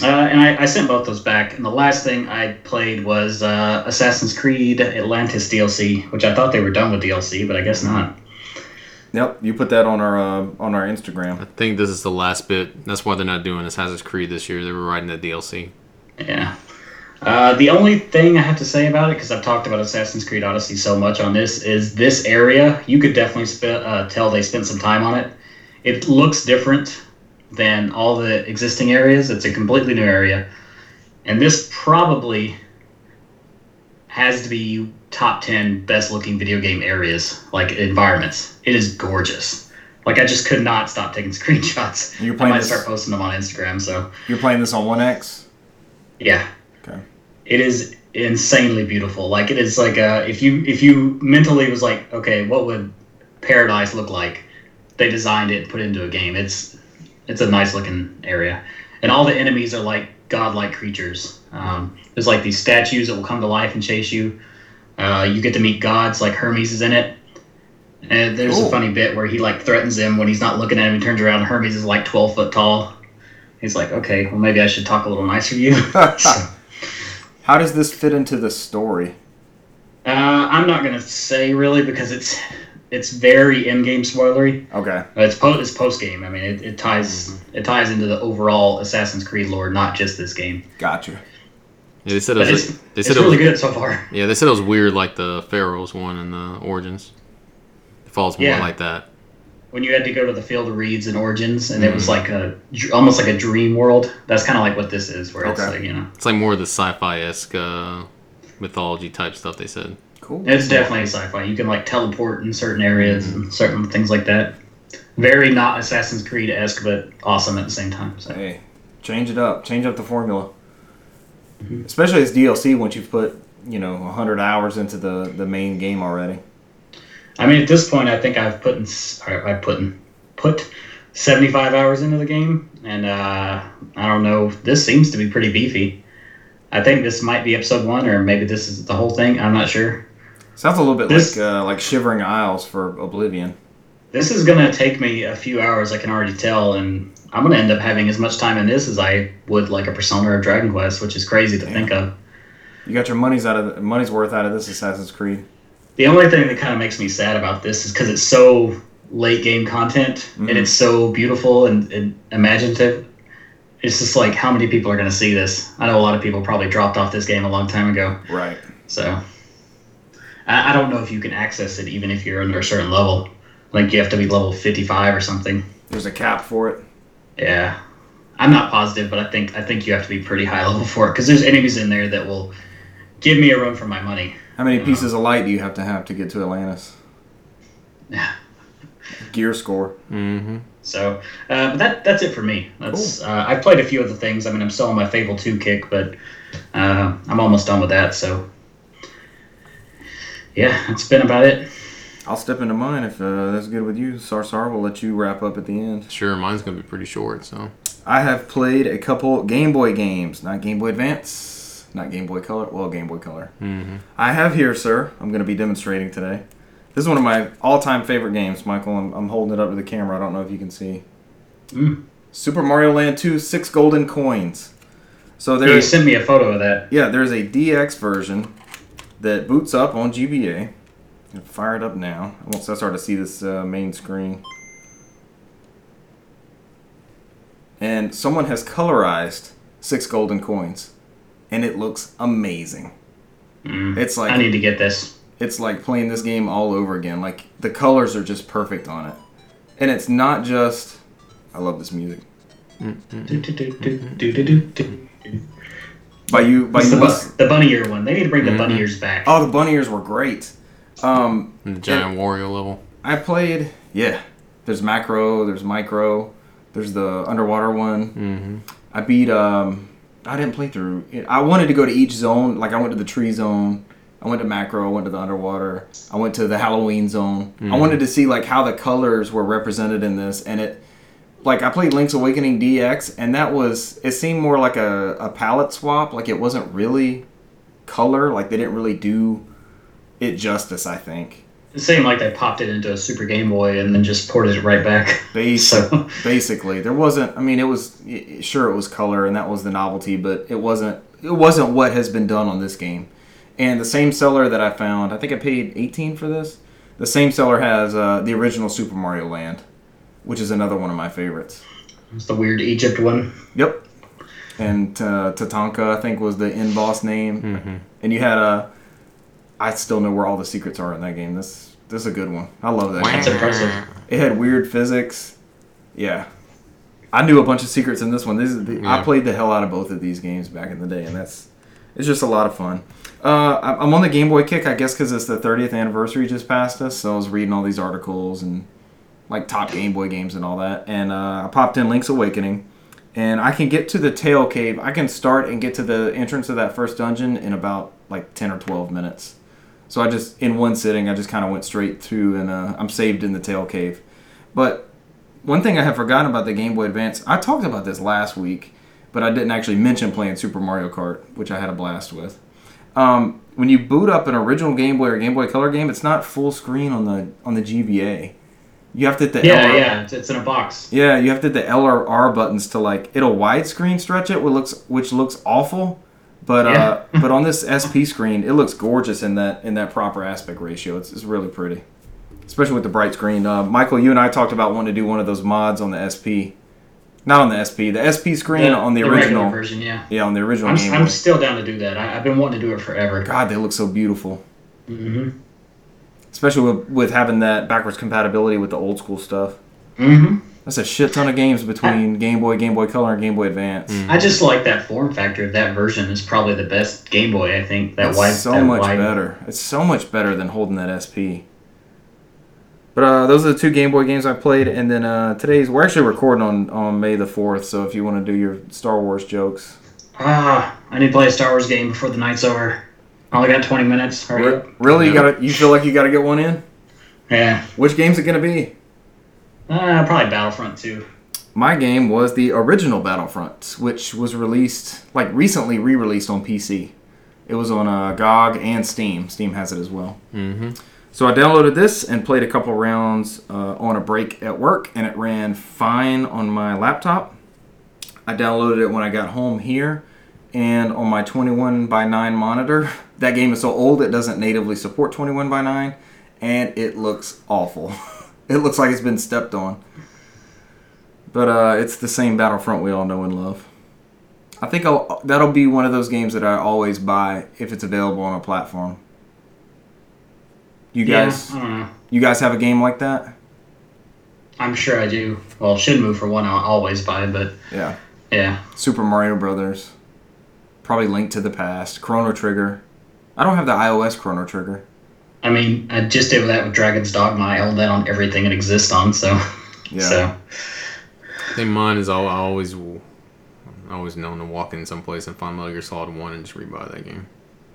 Speaker 3: Uh, and I, I sent both those back. And the last thing I played was uh, Assassin's Creed Atlantis DLC, which I thought they were done with DLC, but I guess not.
Speaker 1: Yep, you put that on our uh, on our Instagram.
Speaker 2: I think this is the last bit. That's why they're not doing Assassin's Creed this year. They were writing the DLC.
Speaker 3: Yeah. Uh, the only thing I have to say about it, because I've talked about Assassin's Creed Odyssey so much on this, is this area. You could definitely sp- uh, tell they spent some time on it. It looks different than all the existing areas. It's a completely new area, and this probably has to be top ten best looking video game areas, like environments. It is gorgeous. Like I just could not stop taking screenshots.
Speaker 1: You're
Speaker 3: I
Speaker 1: playing
Speaker 3: might
Speaker 1: this.
Speaker 3: start posting them on Instagram. So.
Speaker 1: You're playing this on One X.
Speaker 3: Yeah.
Speaker 1: Okay.
Speaker 3: It is insanely beautiful. Like it is like uh if you if you mentally was like, okay, what would paradise look like? They designed it and put it into a game. It's it's a nice looking area. And all the enemies are like godlike creatures. Um, there's like these statues that will come to life and chase you. Uh, you get to meet gods like Hermes is in it. And there's
Speaker 1: Cool.
Speaker 3: a funny bit where he like threatens him when he's not looking at him. He turns around and Hermes is like 12 foot tall. He's like, okay, well maybe I should talk a little nicer to you. So-
Speaker 1: How does this fit into the story?
Speaker 3: Uh, I'm not gonna say really because it's it's very in game spoilery.
Speaker 1: Okay,
Speaker 3: Uh, It's po- it's post game. I mean, it, it ties
Speaker 2: Mm-hmm.
Speaker 3: it ties into the overall Assassin's Creed lore, not just this game.
Speaker 1: gotcha.
Speaker 2: Yeah, they said
Speaker 3: But
Speaker 2: it
Speaker 3: it's
Speaker 2: was.
Speaker 3: it's,
Speaker 2: They said it
Speaker 3: really
Speaker 2: was.
Speaker 3: good so far.
Speaker 2: Yeah, they said it was weird, like the Pharaohs one and the Origins. It falls more
Speaker 3: Yeah.
Speaker 2: like that.
Speaker 3: When you had to go to the Field of Reeds and Origins, and it was
Speaker 2: Mm-hmm.
Speaker 3: like a dr- almost like a dream world. That's kind of like what this is, where it's
Speaker 1: Okay.
Speaker 3: like you know,
Speaker 2: It's like more of the sci-fi esque uh, mythology type stuff. They said.
Speaker 1: Cool.
Speaker 3: it's definitely sci-fi. You can like teleport in certain areas
Speaker 2: Mm-hmm.
Speaker 3: and certain things like that. Very not Assassin's Creed esque, but awesome at the same time. So.
Speaker 1: Hey, change it up. Change up the formula.
Speaker 3: Mm-hmm.
Speaker 1: Especially as DLC once you've put, you know, 100 hours into the, the main game already.
Speaker 3: I mean, at this point, I think I've put in, or I put in, put 75 hours into the game, and uh, I don't know. This seems to be pretty beefy. I think this might be episode one, or maybe this is the whole thing. I'm not sure.
Speaker 1: Sounds a little bit
Speaker 3: This-
Speaker 1: like uh, like Shivering Isles for Oblivion.
Speaker 3: This is gonna take me a few hours. I can already tell, and I'm gonna end up having as much time in this as I would like a Persona or Dragon Quest, which is crazy to think of.
Speaker 1: You got your money's out of the, money's worth out of this Assassin's Creed.
Speaker 3: The only thing that kind of makes me sad about this is because it's so late game content
Speaker 1: Mhm.
Speaker 3: and it's so beautiful and, and imaginative. It's just like how many people are going to see this? I know a lot of people probably dropped off this game a long time ago.
Speaker 1: Right.
Speaker 3: So I, I don't know if you can access it even if you're under a certain level. Like you have to be level 55 or something.
Speaker 1: There's a cap for it.
Speaker 3: Yeah. I'm not positive, but I think I think you have to be pretty high level for it because there's enemies in there that will give me a run for my money.
Speaker 1: How many pieces of light do you have to have to get to Atlantis?
Speaker 3: Yeah.
Speaker 1: Gear score.
Speaker 2: Mm-hmm.
Speaker 3: So, uh, but that that's it for me. That's uh, I played a few other things. I mean, I'm still on my Fable Two kick, but uh, I'm almost done with that. So, yeah, that's been about it.
Speaker 1: I'll step into mine if uh, that's good with you. Sarsar will let you wrap up at the end.
Speaker 2: Sure, mine's gonna be pretty short. So
Speaker 1: I have played a couple Game Boy games, not Game Boy Advance, not Game Boy Color, well, Game Boy Color.
Speaker 2: Mhm.
Speaker 1: I have here, sir, I'm going to be demonstrating today. This is one of my all time favorite games, Michael. I'm, I'm holding it up to the camera. I don't know if you can see.
Speaker 3: Mm.
Speaker 1: Super Mario Land 2, six golden coins. So
Speaker 3: You
Speaker 1: there's.
Speaker 3: sent me a photo of that.
Speaker 1: Yeah, there's a DX version that boots up on GBA. And fire it up now. Once I start to see this uh, main screen. And someone has colorized six golden coins, and it looks amazing.
Speaker 3: Mm.
Speaker 1: It's like
Speaker 3: I need to get this.
Speaker 1: it's like playing this game all over again. Like the colors are just perfect on it, and it's not just. I love this music.
Speaker 3: Do, do, do, do, do, do, do, do.
Speaker 1: By you, by
Speaker 3: It's
Speaker 1: you.
Speaker 3: the, bu- the bunny ear one. They need to bring the bunny ears back.
Speaker 1: Oh, the bunny ears were great. Um,
Speaker 2: The giant Wario level.
Speaker 1: I played. Yeah, there's macro, there's micro, there's the underwater one.
Speaker 2: Mm-hmm.
Speaker 1: I beat. Um, I didn't play through. I wanted to go to each zone. Like I went to the tree zone. I went to macro. I went to the underwater. I went to the Halloween zone. I wanted to see like how the colors were represented in this, and it. Like I played Link's Awakening DX, and that was it seemed more like a, a palette swap. Like it wasn't really color. Like they didn't really do it justice. I think
Speaker 3: It seemed like they popped it into a Super Game Boy and then just ported it right back.
Speaker 1: Basic,
Speaker 3: So
Speaker 1: basically there wasn't i mean it was i- i- sure it was color and that was the novelty but it wasn't it wasn't what has been done on this game and the same seller that i found i think i paid 18 for this the same seller has uh, the original super mario land which is another one of my favorites
Speaker 3: it's the weird Egypt one.
Speaker 1: yep and uh, tatanka i think was the end boss name
Speaker 2: Hmm.
Speaker 1: and you had a i still know where all the secrets are in that game this this is a good one i love that game.
Speaker 3: That's impressive.
Speaker 1: It had weird physics. Yeah. I knew a bunch of secrets in this one. This is the, I
Speaker 2: Yeah.
Speaker 1: played the hell out of both of these games back in the day, and that's it's just a lot of fun. Uh, I- I'm on the Game Boy kick, I guess, because it's the 30th anniversary just passed us. So I was reading all these articles and like top Game Boy games and all that, and uh, I popped in Link's Awakening, and I can get to the Tail Cave. I can start and get to the entrance of that first dungeon in about like 10 or 12 minutes. So I just in one sitting, I just kind of went straight through, and uh, I'm saved in the tail cave. But one thing I had forgotten about the Game Boy Advance, I talked about this last week, but I didn't actually mention playing Super Mario Kart, which I had a blast with. Um, when you boot up an original Game Boy or Game Boy Color game, it's not full screen on the on the GBA. You have to hit the
Speaker 3: Yeah,
Speaker 1: LR
Speaker 3: yeah, it's, it's in a box.
Speaker 1: yeah, you have to hit the L or R buttons to like it'll widescreen stretch it, which looks which looks awful, but uh, but on this SP screen, it looks gorgeous in that in that proper aspect ratio. It's, it's really pretty, especially with the bright screen. Uh, Michael, you and I talked about wanting to do one of those mods on the SP, not on the SP, the SP screen on the,
Speaker 3: regular
Speaker 1: original.
Speaker 3: version, yeah.
Speaker 1: Yeah, on the original
Speaker 3: I'm,
Speaker 1: Game
Speaker 3: I'm
Speaker 1: Boy.
Speaker 3: still down to do that. I, I've been wanting to do it forever.
Speaker 1: God, they look so beautiful,
Speaker 3: Mm-hmm.
Speaker 1: especially with, with having that backwards compatibility with the old school stuff.
Speaker 3: Mm-hmm.
Speaker 1: That's a shit ton of games between Game Boy, Game Boy Color, and Game Boy Advance.
Speaker 3: I just like that form factor of that version. is probably the best Game Boy. I think that
Speaker 1: It's
Speaker 3: wide,
Speaker 1: so
Speaker 3: that
Speaker 1: much
Speaker 3: wide-
Speaker 1: better. It's so much better than holding that SP. But uh, those are the two Game Boy games I played, and then uh, today's we're actually recording on, on May the fourth. So if you want to do your Star Wars jokes,
Speaker 3: Ah, I need to play a Star Wars game before the night's over. I only got 20 minutes. Hurry
Speaker 1: Re-
Speaker 3: up.
Speaker 1: really you
Speaker 2: Yeah.
Speaker 1: got to you feel like you got to get one in.
Speaker 3: Yeah.
Speaker 1: Which game's it gonna be?
Speaker 3: Uh, probably Battlefront 2.
Speaker 1: My game was the original Battlefront, which was released like recently re-released on PC. It was on uh, GOG and Steam. Steam has it as well.
Speaker 2: Mm-hmm.
Speaker 1: So I downloaded this and played a couple rounds uh, on a break at work, and it ran fine on my laptop. I downloaded it when I got home here, and on my 21 by 9 monitor. That game is so old it doesn't natively support 21 by 9, and it looks awful. it looks like it's been stepped on. But uh, it's the same Battlefront we all know and love. I think I'll, that'll be one of those games that I always buy if it's available on a platform. You guys,
Speaker 3: Yeah, I don't know.
Speaker 1: you guys have a game like that?
Speaker 3: I'm sure I do. Well, Shinmu for one, I'll always buy, but
Speaker 1: Yeah.
Speaker 3: yeah.
Speaker 1: Super Mario Brothers, probably Link to the Past, Chrono Trigger. I don't have the iOS Chrono Trigger.
Speaker 3: I mean, I just did that with Dragon's Dogma. I own that on everything it exists on, so.
Speaker 1: Yeah.
Speaker 3: So,
Speaker 2: I think mine is all, I always I always known to walk in someplace and find Metal Gear Solid One and just rebuy that game.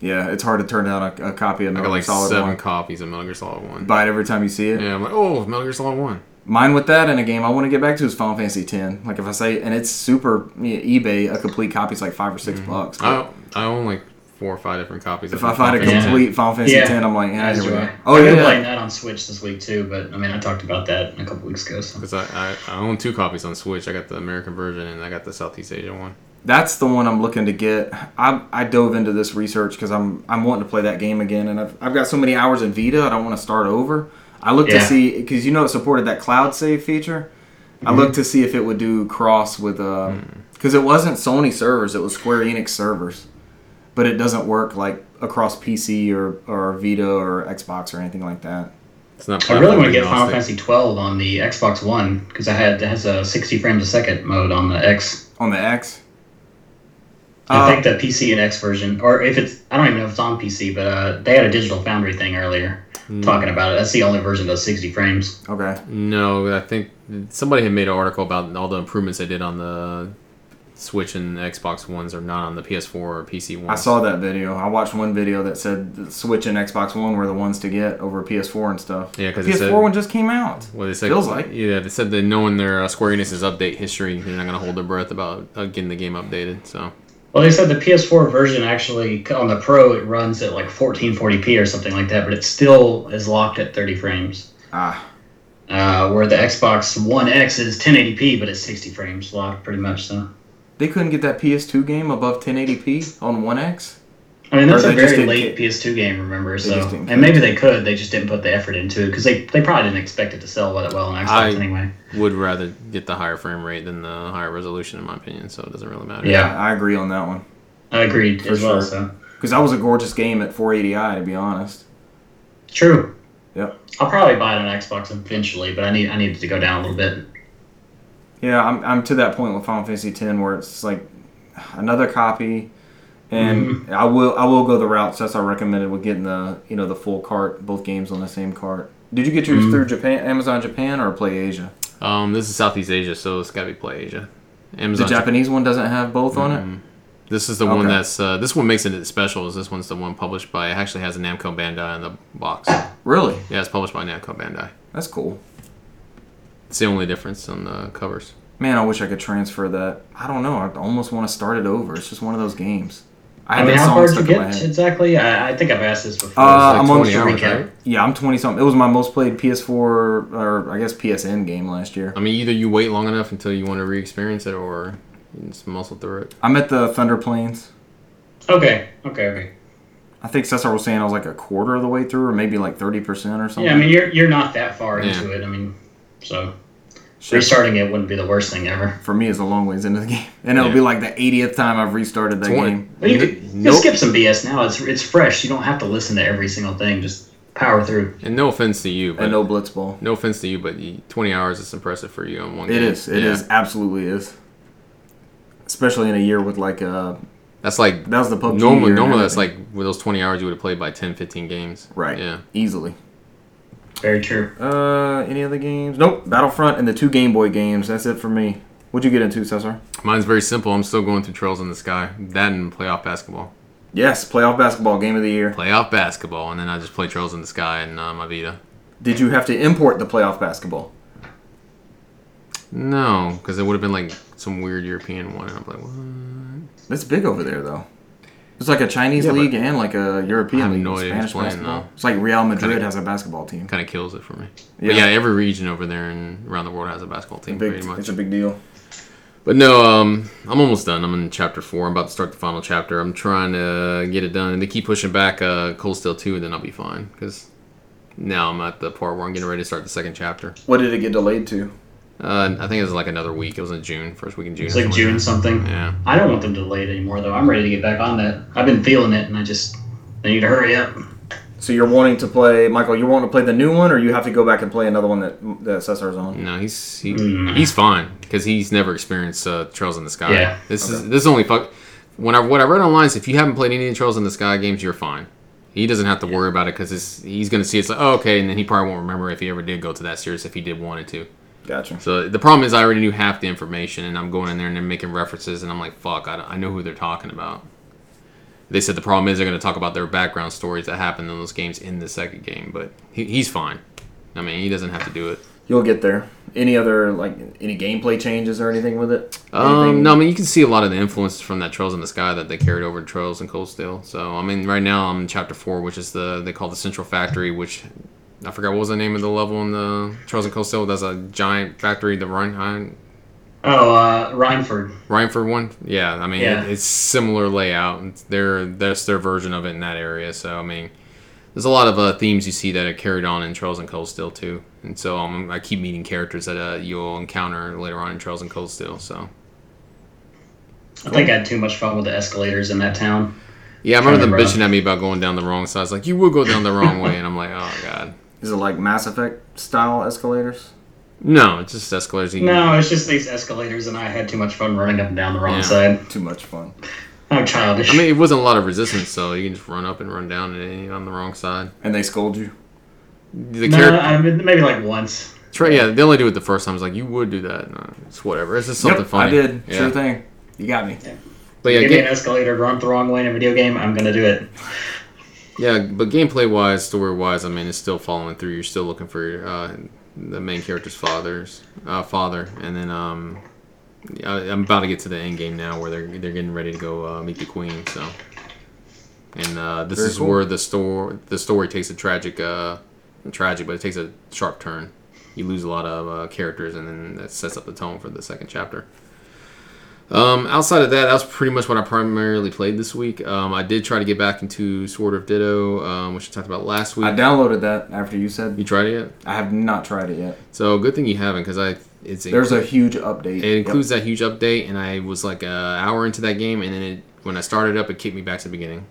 Speaker 1: Yeah, it's hard to turn down a, a copy of
Speaker 2: I
Speaker 1: Metal
Speaker 2: got like
Speaker 1: Solid
Speaker 2: seven
Speaker 1: 1.
Speaker 2: copies of Metal Gear Solid One.
Speaker 1: Buy it every time you see it.
Speaker 2: Yeah, I'm like, oh, Metal Gear Solid One.
Speaker 1: Mine with that and a game I want to get back to is Final Fantasy X. Like if I say, and it's super yeah, eBay, a complete copy is like five or 6
Speaker 2: Mm-hmm.
Speaker 1: bucks. But
Speaker 2: I I own like four or five different copies.
Speaker 1: if
Speaker 2: of
Speaker 1: I find a
Speaker 2: Final Fantasy.
Speaker 1: complete Final Fantasy
Speaker 3: Yeah.
Speaker 1: X, I'm like, yeah,
Speaker 3: as
Speaker 1: here we
Speaker 3: do
Speaker 1: go.
Speaker 3: I.
Speaker 1: Oh
Speaker 3: I've been
Speaker 1: yeah,
Speaker 3: playing that on Switch this week too, but I mean, I talked about that a couple weeks ago. So.
Speaker 2: Because I, I, I own two copies on Switch. I got the American version and I got the Southeast Asia one.
Speaker 1: that's the one I'm looking to get. I, I dove into this research because I'm I'm wanting to play that game again, and I've, I've got so many hours in Vita, I don't want to start over. I looked
Speaker 3: Yeah.
Speaker 1: to see because you
Speaker 3: Mm-hmm. Hmm.
Speaker 1: know it supported that cloud save feature. I looked to see if it would do cross with because because it wasn't Sony servers; it was Square Enix servers. But it doesn't work like across PC or or Vita or Xbox or anything like that.
Speaker 2: It's not.
Speaker 3: I really want
Speaker 2: platform
Speaker 3: to get Final
Speaker 2: agnostic.
Speaker 3: Fantasy 12 on the Xbox One because I had it has a 60 frames a second mode on the X.
Speaker 1: On the X.
Speaker 3: I
Speaker 1: Uh,
Speaker 3: think the PC and X version, or if it's I don't even know if it's on PC, but uh, they had a Digital Foundry thing earlier
Speaker 1: Hmm.
Speaker 3: talking about it. That's the only version that does 60 frames.
Speaker 1: Uh, Okay.
Speaker 2: No, I think somebody had made an article about all the improvements they did on the Switch and Xbox ones are not on the PS4 or PC ones.
Speaker 1: I saw that video. I watched one video that said the Switch and Xbox One were the ones to get over PS4 and stuff.
Speaker 2: Yeah, 'cause it
Speaker 1: PS4
Speaker 2: said-
Speaker 1: one just came out.
Speaker 2: Well, they said
Speaker 1: Feels like.
Speaker 2: yeah, they said that knowing their uh, Square Enix's update history, they're not gonna hold their breath about uh, getting the game updated. So
Speaker 3: Well, they said the PS4 version actually on the Pro it runs at like 1440p or something like that, but it still is locked at 30 frames.
Speaker 1: Ah,
Speaker 3: Uh, where the Xbox One X is 1080p, but it's 60 frames locked pretty much. So
Speaker 1: they couldn't get that PS2 game above 1080p on One X.
Speaker 3: I mean, that's
Speaker 1: Or
Speaker 3: a
Speaker 1: they just
Speaker 3: very
Speaker 1: didn't ca-
Speaker 3: late PS2 game, remember? So,
Speaker 1: just didn't
Speaker 3: and maybe they could. They just didn't put the effort into it because they, they probably didn't expect it to sell that well on Xbox
Speaker 2: I-
Speaker 3: anyway.
Speaker 2: would rather get the higher frame rate than the higher resolution, in my opinion. So it doesn't really matter.
Speaker 3: Yeah,
Speaker 1: I agree on that one
Speaker 3: I agreed
Speaker 1: For
Speaker 3: as well.
Speaker 1: sure.
Speaker 3: So
Speaker 1: because that was a gorgeous game at 480i. To be honest,
Speaker 3: true.
Speaker 1: Yep.
Speaker 3: I'll probably buy it on Xbox eventually, but I need I needed to go down a little bit.
Speaker 1: yeah, I'm I'm to that point with Final Fantasy X where it's like another copy, and
Speaker 2: Mm-hmm.
Speaker 1: I will I will go the route. So that's I recommended with getting the you know the full cart, both games on the same cart. Did you get
Speaker 2: Mm-hmm.
Speaker 1: yours through Japan, Amazon Japan, or Play Asia?
Speaker 2: Um, this is Southeast Asia, so it's gotta be Play Asia.
Speaker 1: The
Speaker 2: Amazon.
Speaker 1: Japanese one doesn't have both on it.
Speaker 2: Mm-hmm. This is the one
Speaker 1: Okay.
Speaker 2: that's uh, this one makes it special. Is this one's the one published by? It actually has a Namco Bandai in the box.
Speaker 1: Really?
Speaker 2: Yeah, it's published by Namco Bandai.
Speaker 1: That's cool.
Speaker 2: It's the only difference on the covers.
Speaker 1: Man, I wish I could transfer that. I don't know. I almost want to start it over. It's just one of those games. I,
Speaker 3: I,
Speaker 1: had
Speaker 3: mean,
Speaker 1: that
Speaker 3: how
Speaker 1: song
Speaker 3: far did
Speaker 1: stuck
Speaker 3: you
Speaker 1: in my
Speaker 3: get
Speaker 1: head.
Speaker 3: exactly? I, I think I've asked this before.
Speaker 1: Uh, I'm
Speaker 2: It's
Speaker 1: on
Speaker 2: like 20
Speaker 1: the
Speaker 2: hours,
Speaker 3: recap.
Speaker 2: right?
Speaker 1: Yeah, I'm 20 something. It was my most played PS4 or I guess PSN game last year.
Speaker 2: I mean, either you wait long enough until you want to re-experience it, or you just muscle through it.
Speaker 1: I'm at the Thunder Plains.
Speaker 3: okay, okay, okay.
Speaker 1: I think Cesar was saying I was like a quarter of the way through, or maybe like 30% or something.
Speaker 3: Yeah, I mean, you're you're not that far
Speaker 2: Yeah.
Speaker 3: into it. I mean, so
Speaker 1: Shit,
Speaker 3: restarting it wouldn't be the worst thing ever.
Speaker 1: for me, it's a long ways into the game, and it'll
Speaker 2: Yeah.
Speaker 1: be like the 80th time I've restarted that
Speaker 2: Twenty.
Speaker 1: game.
Speaker 3: Well, you
Speaker 2: Nope.
Speaker 3: could you could skip some BS now. It's it's fresh. You don't have to listen to every single thing. Just power through.
Speaker 2: And no offense to you, but
Speaker 1: And
Speaker 2: no,
Speaker 1: no Blitzball.
Speaker 2: offense to you, but you- 20 hours is impressive for you on one.
Speaker 1: It
Speaker 2: game.
Speaker 1: is. It is
Speaker 2: Yeah.
Speaker 1: Absolutely is. Especially in a year with like uh
Speaker 2: That's like
Speaker 1: that was the PUBG
Speaker 2: normal.
Speaker 1: year and
Speaker 2: Normal. That's
Speaker 1: everything.
Speaker 2: like with those 20 hours you would have played by 10, 15 games.
Speaker 1: right.
Speaker 2: Yeah.
Speaker 1: Easily.
Speaker 3: Very true.
Speaker 1: Uh, any other games? Nope. Battlefront and the two Game Boy games. That's it for me. What'd you get into, Cesar?
Speaker 2: Mine's very simple. I'm still going through Trails in the Sky. That and playoff basketball.
Speaker 1: Yes, playoff basketball game of the year.
Speaker 2: Playoff basketball, and then I just play Trails in the Sky and uh, my Vita.
Speaker 1: Did you have to import the playoff basketball?
Speaker 2: No, because it would have been like some weird European one, and I'm like, what?
Speaker 1: That's big over there, though. It's like a Chinese
Speaker 2: Yeah, but-
Speaker 1: league and like a European
Speaker 2: I have
Speaker 1: league.
Speaker 2: no idea
Speaker 1: Spanish
Speaker 2: who's playing,
Speaker 1: basketball.
Speaker 2: though.
Speaker 1: It's like Real Madrid has a basketball team.
Speaker 2: Kind of kills it for me. Yeah.
Speaker 1: Yeah.
Speaker 2: But yeah, every region over there and around the world has a basketball team,
Speaker 1: Big,
Speaker 2: pretty much.
Speaker 1: it's a big deal.
Speaker 2: But no, um, I'm almost done. I'm in chapter four. I'm about to start the final chapter. I'm trying to get it done. And they keep pushing back uh, Cold Steel 2, and then I'll be fine. Because now I'm at the part where I'm getting ready to start the second chapter.
Speaker 1: What did it get delayed to?
Speaker 2: Uh, I think it was like another week. It was in June, first week in June.
Speaker 3: It's
Speaker 2: or
Speaker 3: like
Speaker 2: something
Speaker 3: June something.
Speaker 2: that. Yeah.
Speaker 3: I don't want them delayed anymore though. I'm ready to get back on that. I've been feeling it, and I just I need to hurry up.
Speaker 1: So you're wanting to play, Michael? You want to play the new one, or you have to go back and play another one that that Cesar's on?
Speaker 2: No, he's he,
Speaker 3: Mm.
Speaker 2: he's fine because he's never experienced uh, Trails in the Sky.
Speaker 3: Yeah.
Speaker 2: This is this is only fuck. When I what I read online is if you haven't played any of the Trails in the Sky games, you're fine. He doesn't have to worry about it because he's going to see it's like oh, okay, and then he probably won't remember if he ever did go to that series if he did wanted to.
Speaker 1: Gotcha.
Speaker 2: So the problem is I already knew half the information, and I'm going in there and they're making references, and I'm like, fuck, I, don't- I know who they're talking about. They said the problem is they're going to talk about their background stories that happened in those games in the second game, but he, he's fine. I mean, he doesn't have to do it.
Speaker 1: You'll get there. Any other like any gameplay changes or anything with it?
Speaker 2: Um,
Speaker 1: Anything-
Speaker 2: no, I mean you can see a lot of the influences from that Trails in the Sky that they carried over to Trails and Cold Steel. So I mean, right now I'm in Chapter Four, which is the they call the Central Factory, which I forgot what was the name of the level in the Trails and Cold Steel. That's a giant factory, the Rhine
Speaker 3: Oh, uh, Rhineford.
Speaker 2: Rhineford one. Yeah, I mean
Speaker 3: Yeah.
Speaker 2: It, it's similar layout. It's their that's their version of it in that area. So I mean, there's a lot of uh, themes you see that are carried on in Trails and Cold Steel too. And so um, I keep meeting characters that uh, you'll encounter later on in Trails and Cold Steel. So
Speaker 3: I think I had too much fun with the escalators in that town.
Speaker 2: Yeah, I remember them
Speaker 3: Trying to
Speaker 2: bitching at me about going down the wrong side. It's like you will go down the wrong way, and I'm like, oh god.
Speaker 1: Is it like Mass Effect style escalators?
Speaker 2: No, it's just escalators. You can-
Speaker 3: No, it's just these escalators, and I had too much fun running up and down the wrong
Speaker 2: Yeah.
Speaker 3: side.
Speaker 1: Too much fun.
Speaker 3: I'm childish.
Speaker 2: I mean, it wasn't a lot of resistance, so you can just run up and run down and on the wrong side.
Speaker 1: And they scold you.
Speaker 2: The
Speaker 3: no,
Speaker 2: character,
Speaker 3: I mean, maybe like once.
Speaker 2: Trey, yeah, they only do it the first time. It's like you would do that. No, it's whatever. It's just something
Speaker 1: Yep,
Speaker 2: funny.
Speaker 1: I did.
Speaker 2: Yeah.
Speaker 1: Sure thing. You got me.
Speaker 2: But yeah,
Speaker 3: Give me
Speaker 2: ga-
Speaker 3: an escalator to run the wrong way in a video game. I'm gonna do it.
Speaker 2: yeah, but gameplay wise, story wise, I mean, it's still following through. You're still looking for uh, the main character's father's uh, father, and then um, I, I'm about to get to the end game now, where they're they're getting ready to go uh, meet the queen. So, and uh, this
Speaker 1: Very
Speaker 2: is
Speaker 1: cool.
Speaker 2: where the store the story takes a tragic, uh, not tragic, but it takes a sharp turn. You lose a lot of uh, characters, and then that sets up the tone for the second chapter. Um, outside of that, that was pretty much what I primarily played this week. Um, I did try to get back into Sword of Ditto, um, which I talked about last week.
Speaker 1: I downloaded that after you said.
Speaker 2: you tried it yet?
Speaker 1: I have not tried it yet.
Speaker 2: So good thing you haven't, because I it's
Speaker 1: There's a huge update.
Speaker 2: it includes that huge update, and I was like an hour into that game, and then it when I started up, it kicked me back to the beginning.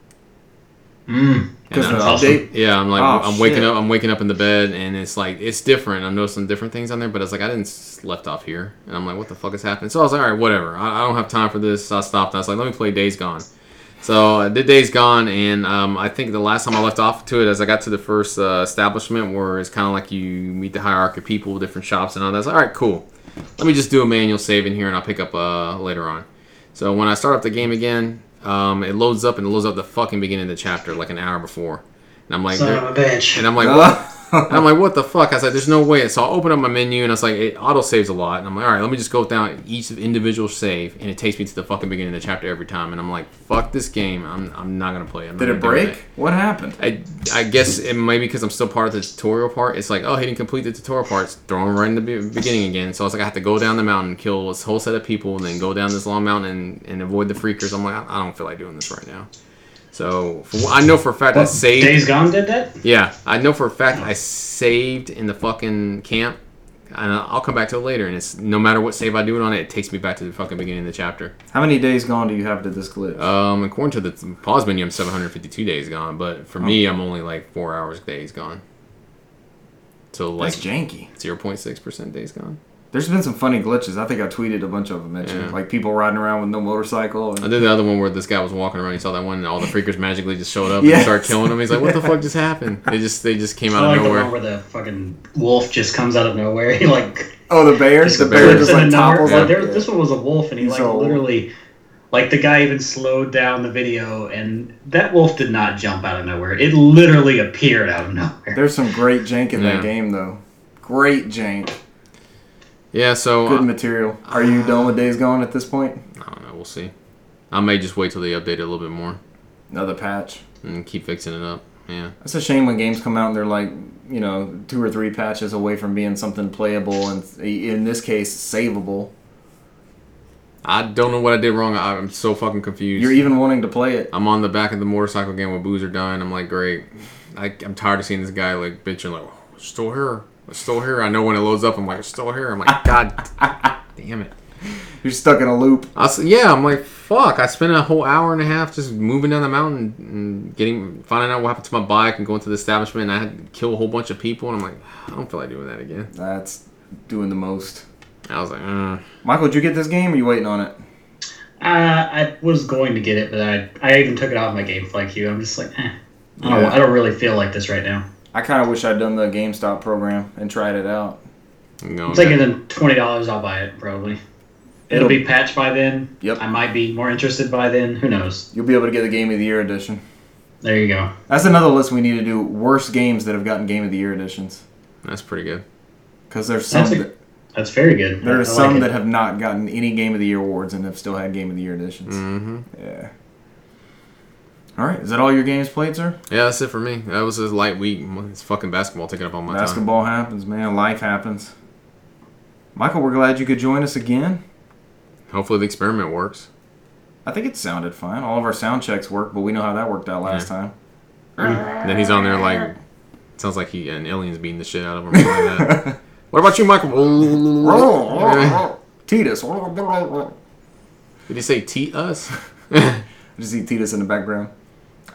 Speaker 3: Mm.
Speaker 1: because
Speaker 2: and
Speaker 1: the
Speaker 2: I-
Speaker 3: awesome.
Speaker 1: update.
Speaker 2: Yeah, I'm like
Speaker 1: Oh,
Speaker 2: I'm waking
Speaker 1: shit.
Speaker 2: up. I'm waking up in the bed, and it's like it's different. I'm noticing different things on there, but it's like I didn't s- left off here, and I'm like, what the fuck is happening? So I was like, all right, whatever. I, I don't have time for this. So I stopped. I was like, let me play Days Gone. So I did Days Gone, and um, I think the last time I left off to it, as I got to the first uh, establishment where it's kind of like you meet the hierarchy of people, different shops, and all that. I was like, all right, cool. Let me just do a manual save in here, and I'll pick up uh, later on. So when I start up the game again, um, it loads up and it loads up the fucking beginning of the chapter like an hour before, and I'm like,
Speaker 3: Son of a bitch.
Speaker 2: and I'm like, what? And I'm like, what the fuck? I was like, there's no way. So I open up my menu and I was like, it auto saves a lot. And I'm like, all right, let me just go down each individual save, and it takes me to the fucking beginning of the chapter every time. And I'm like, fuck this game. I'm, I'm not gonna play it. I'm not
Speaker 1: Did it
Speaker 2: gonna do
Speaker 1: break? What happened?
Speaker 2: I, I guess it may be because I'm still part of the tutorial part. It's like, oh, he didn't complete the tutorial part. It's thrown right in the be- beginning again. So I was like, I have to go down the mountain, kill this whole set of people, and then go down this long mountain and, and avoid the freakers. I'm like, I, I don't feel like doing this right now. So for, I know for a fact I saved.
Speaker 3: Days Gone did that.
Speaker 2: Yeah, I know for a fact I saved in the fucking camp, and I- I'll come back to it later. And it's no matter what save I do it on it, it takes me back to the fucking beginning of the chapter.
Speaker 1: How many days gone do you have to this glitch?
Speaker 2: Um, according to the pause menu, I'm 752 days gone, but for me,
Speaker 1: Oh.
Speaker 2: I'm only like four hours days gone. So like
Speaker 1: That's janky.
Speaker 2: 0.6 percent days gone.
Speaker 1: There's been some funny glitches. I think I tweeted a bunch of them at you,
Speaker 2: Yeah.
Speaker 1: like people riding around with no motorcycle.
Speaker 2: I
Speaker 1: And,
Speaker 2: did the other one where this guy was walking around. He saw that one, and all the freakers magically just showed up and
Speaker 1: Yes.
Speaker 2: started killing him. He's like, "What the fuck just happened?" They just they just came
Speaker 3: I
Speaker 2: out
Speaker 3: like
Speaker 2: of
Speaker 3: the
Speaker 2: nowhere.
Speaker 3: one where the fucking wolf just comes out of nowhere. He like
Speaker 1: oh, the bear,
Speaker 3: Just
Speaker 1: the
Speaker 3: a
Speaker 1: bear
Speaker 2: bear.
Speaker 1: just
Speaker 3: in
Speaker 1: like
Speaker 3: the number-
Speaker 1: topples.
Speaker 3: like,
Speaker 1: up.
Speaker 3: there- This one was a wolf, and he
Speaker 1: He's
Speaker 3: like
Speaker 1: all-
Speaker 3: literally, like the guy even slowed down the video, and that wolf did not jump out of nowhere. It literally appeared out of nowhere.
Speaker 1: There's some great jank in
Speaker 2: Yeah.
Speaker 1: that game though. Great jank.
Speaker 2: Yeah, so uh,
Speaker 1: Good material. Are you done with Days Gone at this point?
Speaker 2: I don't know. We'll see. I may just wait till they update it a little bit more.
Speaker 1: Another patch.
Speaker 2: and keep fixing it up. Yeah,
Speaker 1: It's a shame when games come out and they're like, you know, two or three patches away from being something playable and in this case savable.
Speaker 2: I don't know what I did wrong. I- I'm so fucking confused.
Speaker 1: You're even wanting to play it.
Speaker 2: I'm on the back of the motorcycle game with Boozer dying. I'm like, great. I, I'm tired of seeing this guy like bitching like, oh, it's still here, it's still here. I know when it loads up, I'm like, it's still here. I'm like, god damn it.
Speaker 1: You're stuck in a loop.
Speaker 2: I was, yeah, I'm like, fuck. I spent a whole hour and a half just moving down the mountain and getting finding out what happened to my bike and going to the establishment. And I had to kill a whole bunch of people, and I'm like, I don't feel like doing that again.
Speaker 1: That's doing the most.
Speaker 2: I was like, mm.
Speaker 1: Michael, did you get this game? Or are you waiting on it?
Speaker 3: Uh, I was going to get it, but I I even took it off my GameFly queue. I'm just like, eh. I don't,
Speaker 1: Yeah.
Speaker 3: I don't really feel like this right now.
Speaker 1: I kind of wish I'd done the GameStop program and tried it out.
Speaker 2: I'm going
Speaker 3: I'm
Speaker 2: back.
Speaker 3: thinking in twenty dollars, I'll buy it probably. It'll be patched by then.
Speaker 1: Yep.
Speaker 3: I might be more interested by then. Who knows?
Speaker 1: You'll be able to get the Game of the Year edition.
Speaker 3: There you go.
Speaker 1: That's another list we need to do. Worst games that have gotten Game of the Year editions.
Speaker 2: That's pretty good.
Speaker 1: Because there's some
Speaker 3: That's a-
Speaker 1: that,
Speaker 3: That's very good.
Speaker 1: there
Speaker 3: I
Speaker 1: are
Speaker 3: like
Speaker 1: some
Speaker 3: it.
Speaker 1: that have not gotten any Game of the Year awards and have still had Game of the Year editions.
Speaker 2: hmm
Speaker 1: Yeah. All right. Is that all your games played, sir?
Speaker 2: Yeah, that's it for me. That was a light week. It's fucking basketball taking up all my time.
Speaker 1: Basketball happens, man. Life happens. Michael, we're glad you could join us again.
Speaker 2: Hopefully the experiment works.
Speaker 1: I think it sounded fine. All of our sound checks work, but we know how that worked out last time.
Speaker 2: then he's on there like, sounds like he an alien's beating the shit out of him. or something like that. What about you, Michael?
Speaker 1: Titus.
Speaker 2: Did he say teat us?
Speaker 1: Just see Titus in the background.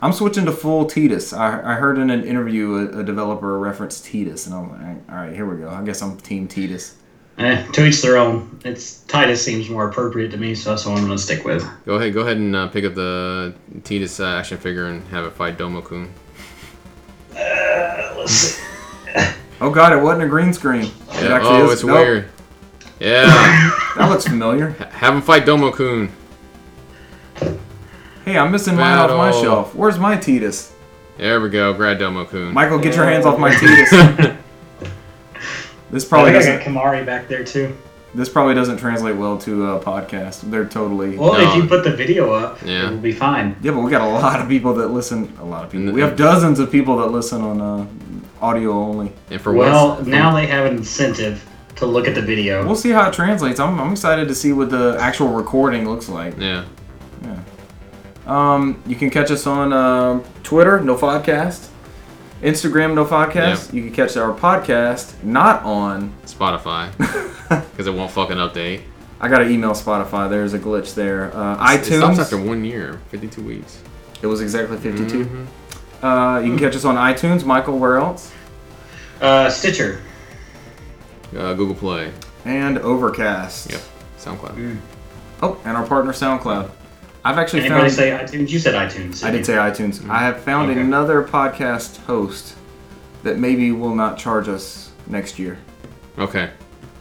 Speaker 1: I'm switching to full Titus. I, I heard in an interview a, a developer referenced Titus, and I'm like, all right, here we go. I guess I'm Team Titus.
Speaker 3: Eh, to each their own. It's Titus seems more appropriate to me, so that's what I'm gonna stick with.
Speaker 2: go ahead, go ahead and uh, pick up the Titus uh, action figure and have it fight Domokun.
Speaker 3: Uh, let's see.
Speaker 1: Oh god, it wasn't a green screen. It
Speaker 2: Yeah.
Speaker 1: actually
Speaker 2: Oh,
Speaker 1: is.
Speaker 2: it's
Speaker 1: Nope.
Speaker 2: weird. Yeah,
Speaker 1: That looks familiar.
Speaker 2: have him fight Domokun.
Speaker 1: Hey, I'm missing mine off my
Speaker 2: Battle.
Speaker 1: shelf. Where's my Titus?
Speaker 2: There we go. Grab Domokun.
Speaker 1: Michael, get your hands off my Titus. This probably
Speaker 3: I think I
Speaker 1: doesn't.
Speaker 3: got Kamari back there too.
Speaker 1: This probably doesn't translate well to a podcast. They're totally.
Speaker 3: Well, if
Speaker 2: No.
Speaker 3: you put the video up,
Speaker 2: Yeah.
Speaker 3: it will be fine.
Speaker 1: Yeah, but we got a lot of people that listen. A lot of people.
Speaker 2: N-
Speaker 1: We have dozens of people that listen on uh, audio only.
Speaker 2: And for
Speaker 3: well,
Speaker 2: once,
Speaker 3: now they have an incentive to look at the video.
Speaker 1: We'll see how it translates. I'm, I'm excited to see what the actual recording looks like.
Speaker 2: Yeah.
Speaker 1: Um, you can catch us on um Twitter, no podcast, Instagram, no podcast. You can catch our podcast not on.
Speaker 2: Spotify, because it won't fucking update.
Speaker 1: I got to email Spotify. There's a glitch there. Uh,
Speaker 2: It stops
Speaker 1: iTunes.
Speaker 2: after one year, 52 weeks.
Speaker 1: it was exactly 52.
Speaker 2: Mhm.
Speaker 1: Uh, you can catch us on iTunes. Michael, where else?
Speaker 3: Uh, Stitcher.
Speaker 2: Uh, Google Play,
Speaker 1: And Overcast.
Speaker 2: Yep. SoundCloud.
Speaker 3: Mm.
Speaker 1: Oh, and our partner SoundCloud. I've actually
Speaker 3: Anybody
Speaker 1: found.
Speaker 3: say iTunes? You said iTunes.
Speaker 1: I did say iTunes.
Speaker 2: Mm-hmm.
Speaker 1: I have found
Speaker 3: Okay.
Speaker 1: another podcast host that maybe will not charge us next year.
Speaker 2: Okay.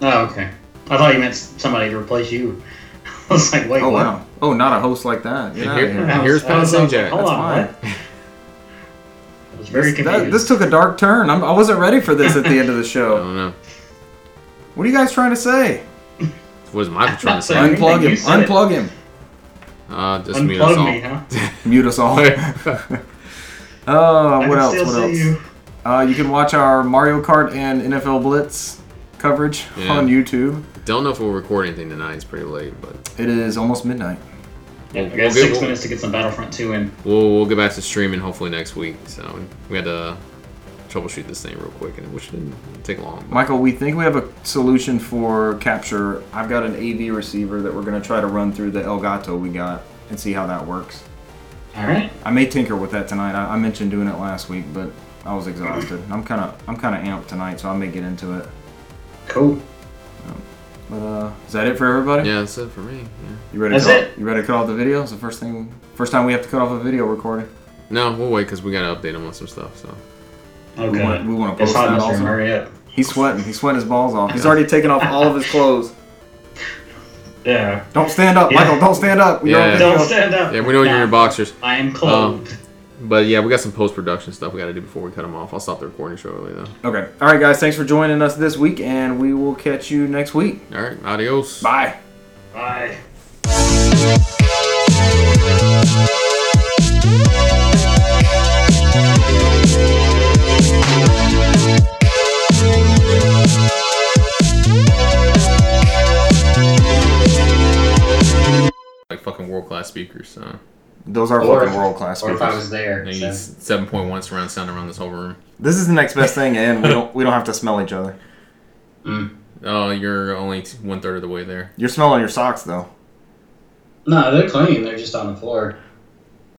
Speaker 3: Oh, okay. I thought you meant somebody to replace you. I was like, wait,
Speaker 1: Oh
Speaker 3: what?
Speaker 1: wow! Oh, not a host like that. Get
Speaker 2: And
Speaker 1: outta
Speaker 2: here-
Speaker 1: here.
Speaker 3: I was-
Speaker 2: Here's
Speaker 3: I was
Speaker 2: Pound
Speaker 3: like,
Speaker 2: Jack.
Speaker 3: Hold
Speaker 1: That's fine.
Speaker 3: on, what? I was very
Speaker 1: That-
Speaker 3: confused.
Speaker 1: this took a dark turn. I'm, I wasn't ready for this at the end of the
Speaker 2: I
Speaker 1: show.
Speaker 2: don't know.
Speaker 1: What are you guys trying to say?
Speaker 2: What is Michael trying to say?
Speaker 3: Sorry.
Speaker 1: Unplug him.
Speaker 3: You said it.
Speaker 1: Unplug him.
Speaker 2: Uh, just mute us
Speaker 3: Unplug
Speaker 2: all.
Speaker 3: me, huh?
Speaker 1: Mute us all.
Speaker 3: I
Speaker 1: Oh, what
Speaker 3: can
Speaker 1: else?
Speaker 3: still
Speaker 1: What
Speaker 3: see
Speaker 1: else?
Speaker 3: you.
Speaker 1: Uh, you can watch our Mario Kart and NFL Blitz coverage
Speaker 2: Yeah.
Speaker 1: on YouTube.
Speaker 2: Don't know if we'll record anything tonight. It's pretty late, but
Speaker 1: It is almost midnight.
Speaker 3: Yeah, we
Speaker 2: We'll
Speaker 3: got
Speaker 2: get-
Speaker 3: 6
Speaker 2: we'll-
Speaker 3: minutes to get some Battlefront 2 in.
Speaker 2: we'll we'll get back to streaming hopefully next week. So we had to troubleshoot this thing real quick, and which didn't take long. but-
Speaker 1: Michael, we think we have a solution for capture. I've got an AV receiver that we're going to try to run through the Elgato we got and see how that works.
Speaker 3: All right.
Speaker 1: I may tinker with that tonight. I, I mentioned doing it last week, but I was exhausted. I'm kind of I'm kind of amped tonight, so I may get into it.
Speaker 3: Cool.
Speaker 1: But uh, is that it for everybody?
Speaker 2: Yeah, that's it for me. Yeah.
Speaker 1: You ready?
Speaker 3: That's
Speaker 1: to cut,
Speaker 3: it.
Speaker 1: You ready to cut off the video? It's the first thing, first time we have to cut off a video recording.
Speaker 2: No, we'll wait because we gotta update him on some stuff. So
Speaker 1: We
Speaker 3: Okay.
Speaker 1: want we want to
Speaker 3: it's
Speaker 1: post
Speaker 3: hot
Speaker 1: that
Speaker 3: in this room.
Speaker 1: also.
Speaker 3: Hurry up.
Speaker 1: He's sweating. He's sweating his balls off. He's already taken off all of his clothes.
Speaker 3: Yeah.
Speaker 1: Don't stand up,
Speaker 3: Yeah.
Speaker 1: Michael. Don't stand up. We
Speaker 2: Yeah.
Speaker 1: already-
Speaker 3: Don't stand up.
Speaker 2: yeah, we know you're Um, your boxers,
Speaker 3: I am clothed.
Speaker 2: but yeah, we got some post production stuff we gotta do before we cut him off. I'll stop the recording shortly though.
Speaker 1: Okay. All right, guys. Thanks for joining us this week, and we will catch you next week.
Speaker 2: All right, adios.
Speaker 1: Bye.
Speaker 3: Bye.
Speaker 2: Like fucking world class speakers. So
Speaker 1: Those are
Speaker 3: Or-
Speaker 1: fucking world class
Speaker 3: Or
Speaker 1: speakers.
Speaker 3: if I was there. so.
Speaker 2: seven point one surround sound around this whole room.
Speaker 1: This is the next best thing, and we don't we don't have to smell each other.
Speaker 3: Mm.
Speaker 2: Oh, you're only one third of the way there.
Speaker 1: You're smelling your socks though.
Speaker 3: No, they're clean. They're just on the floor.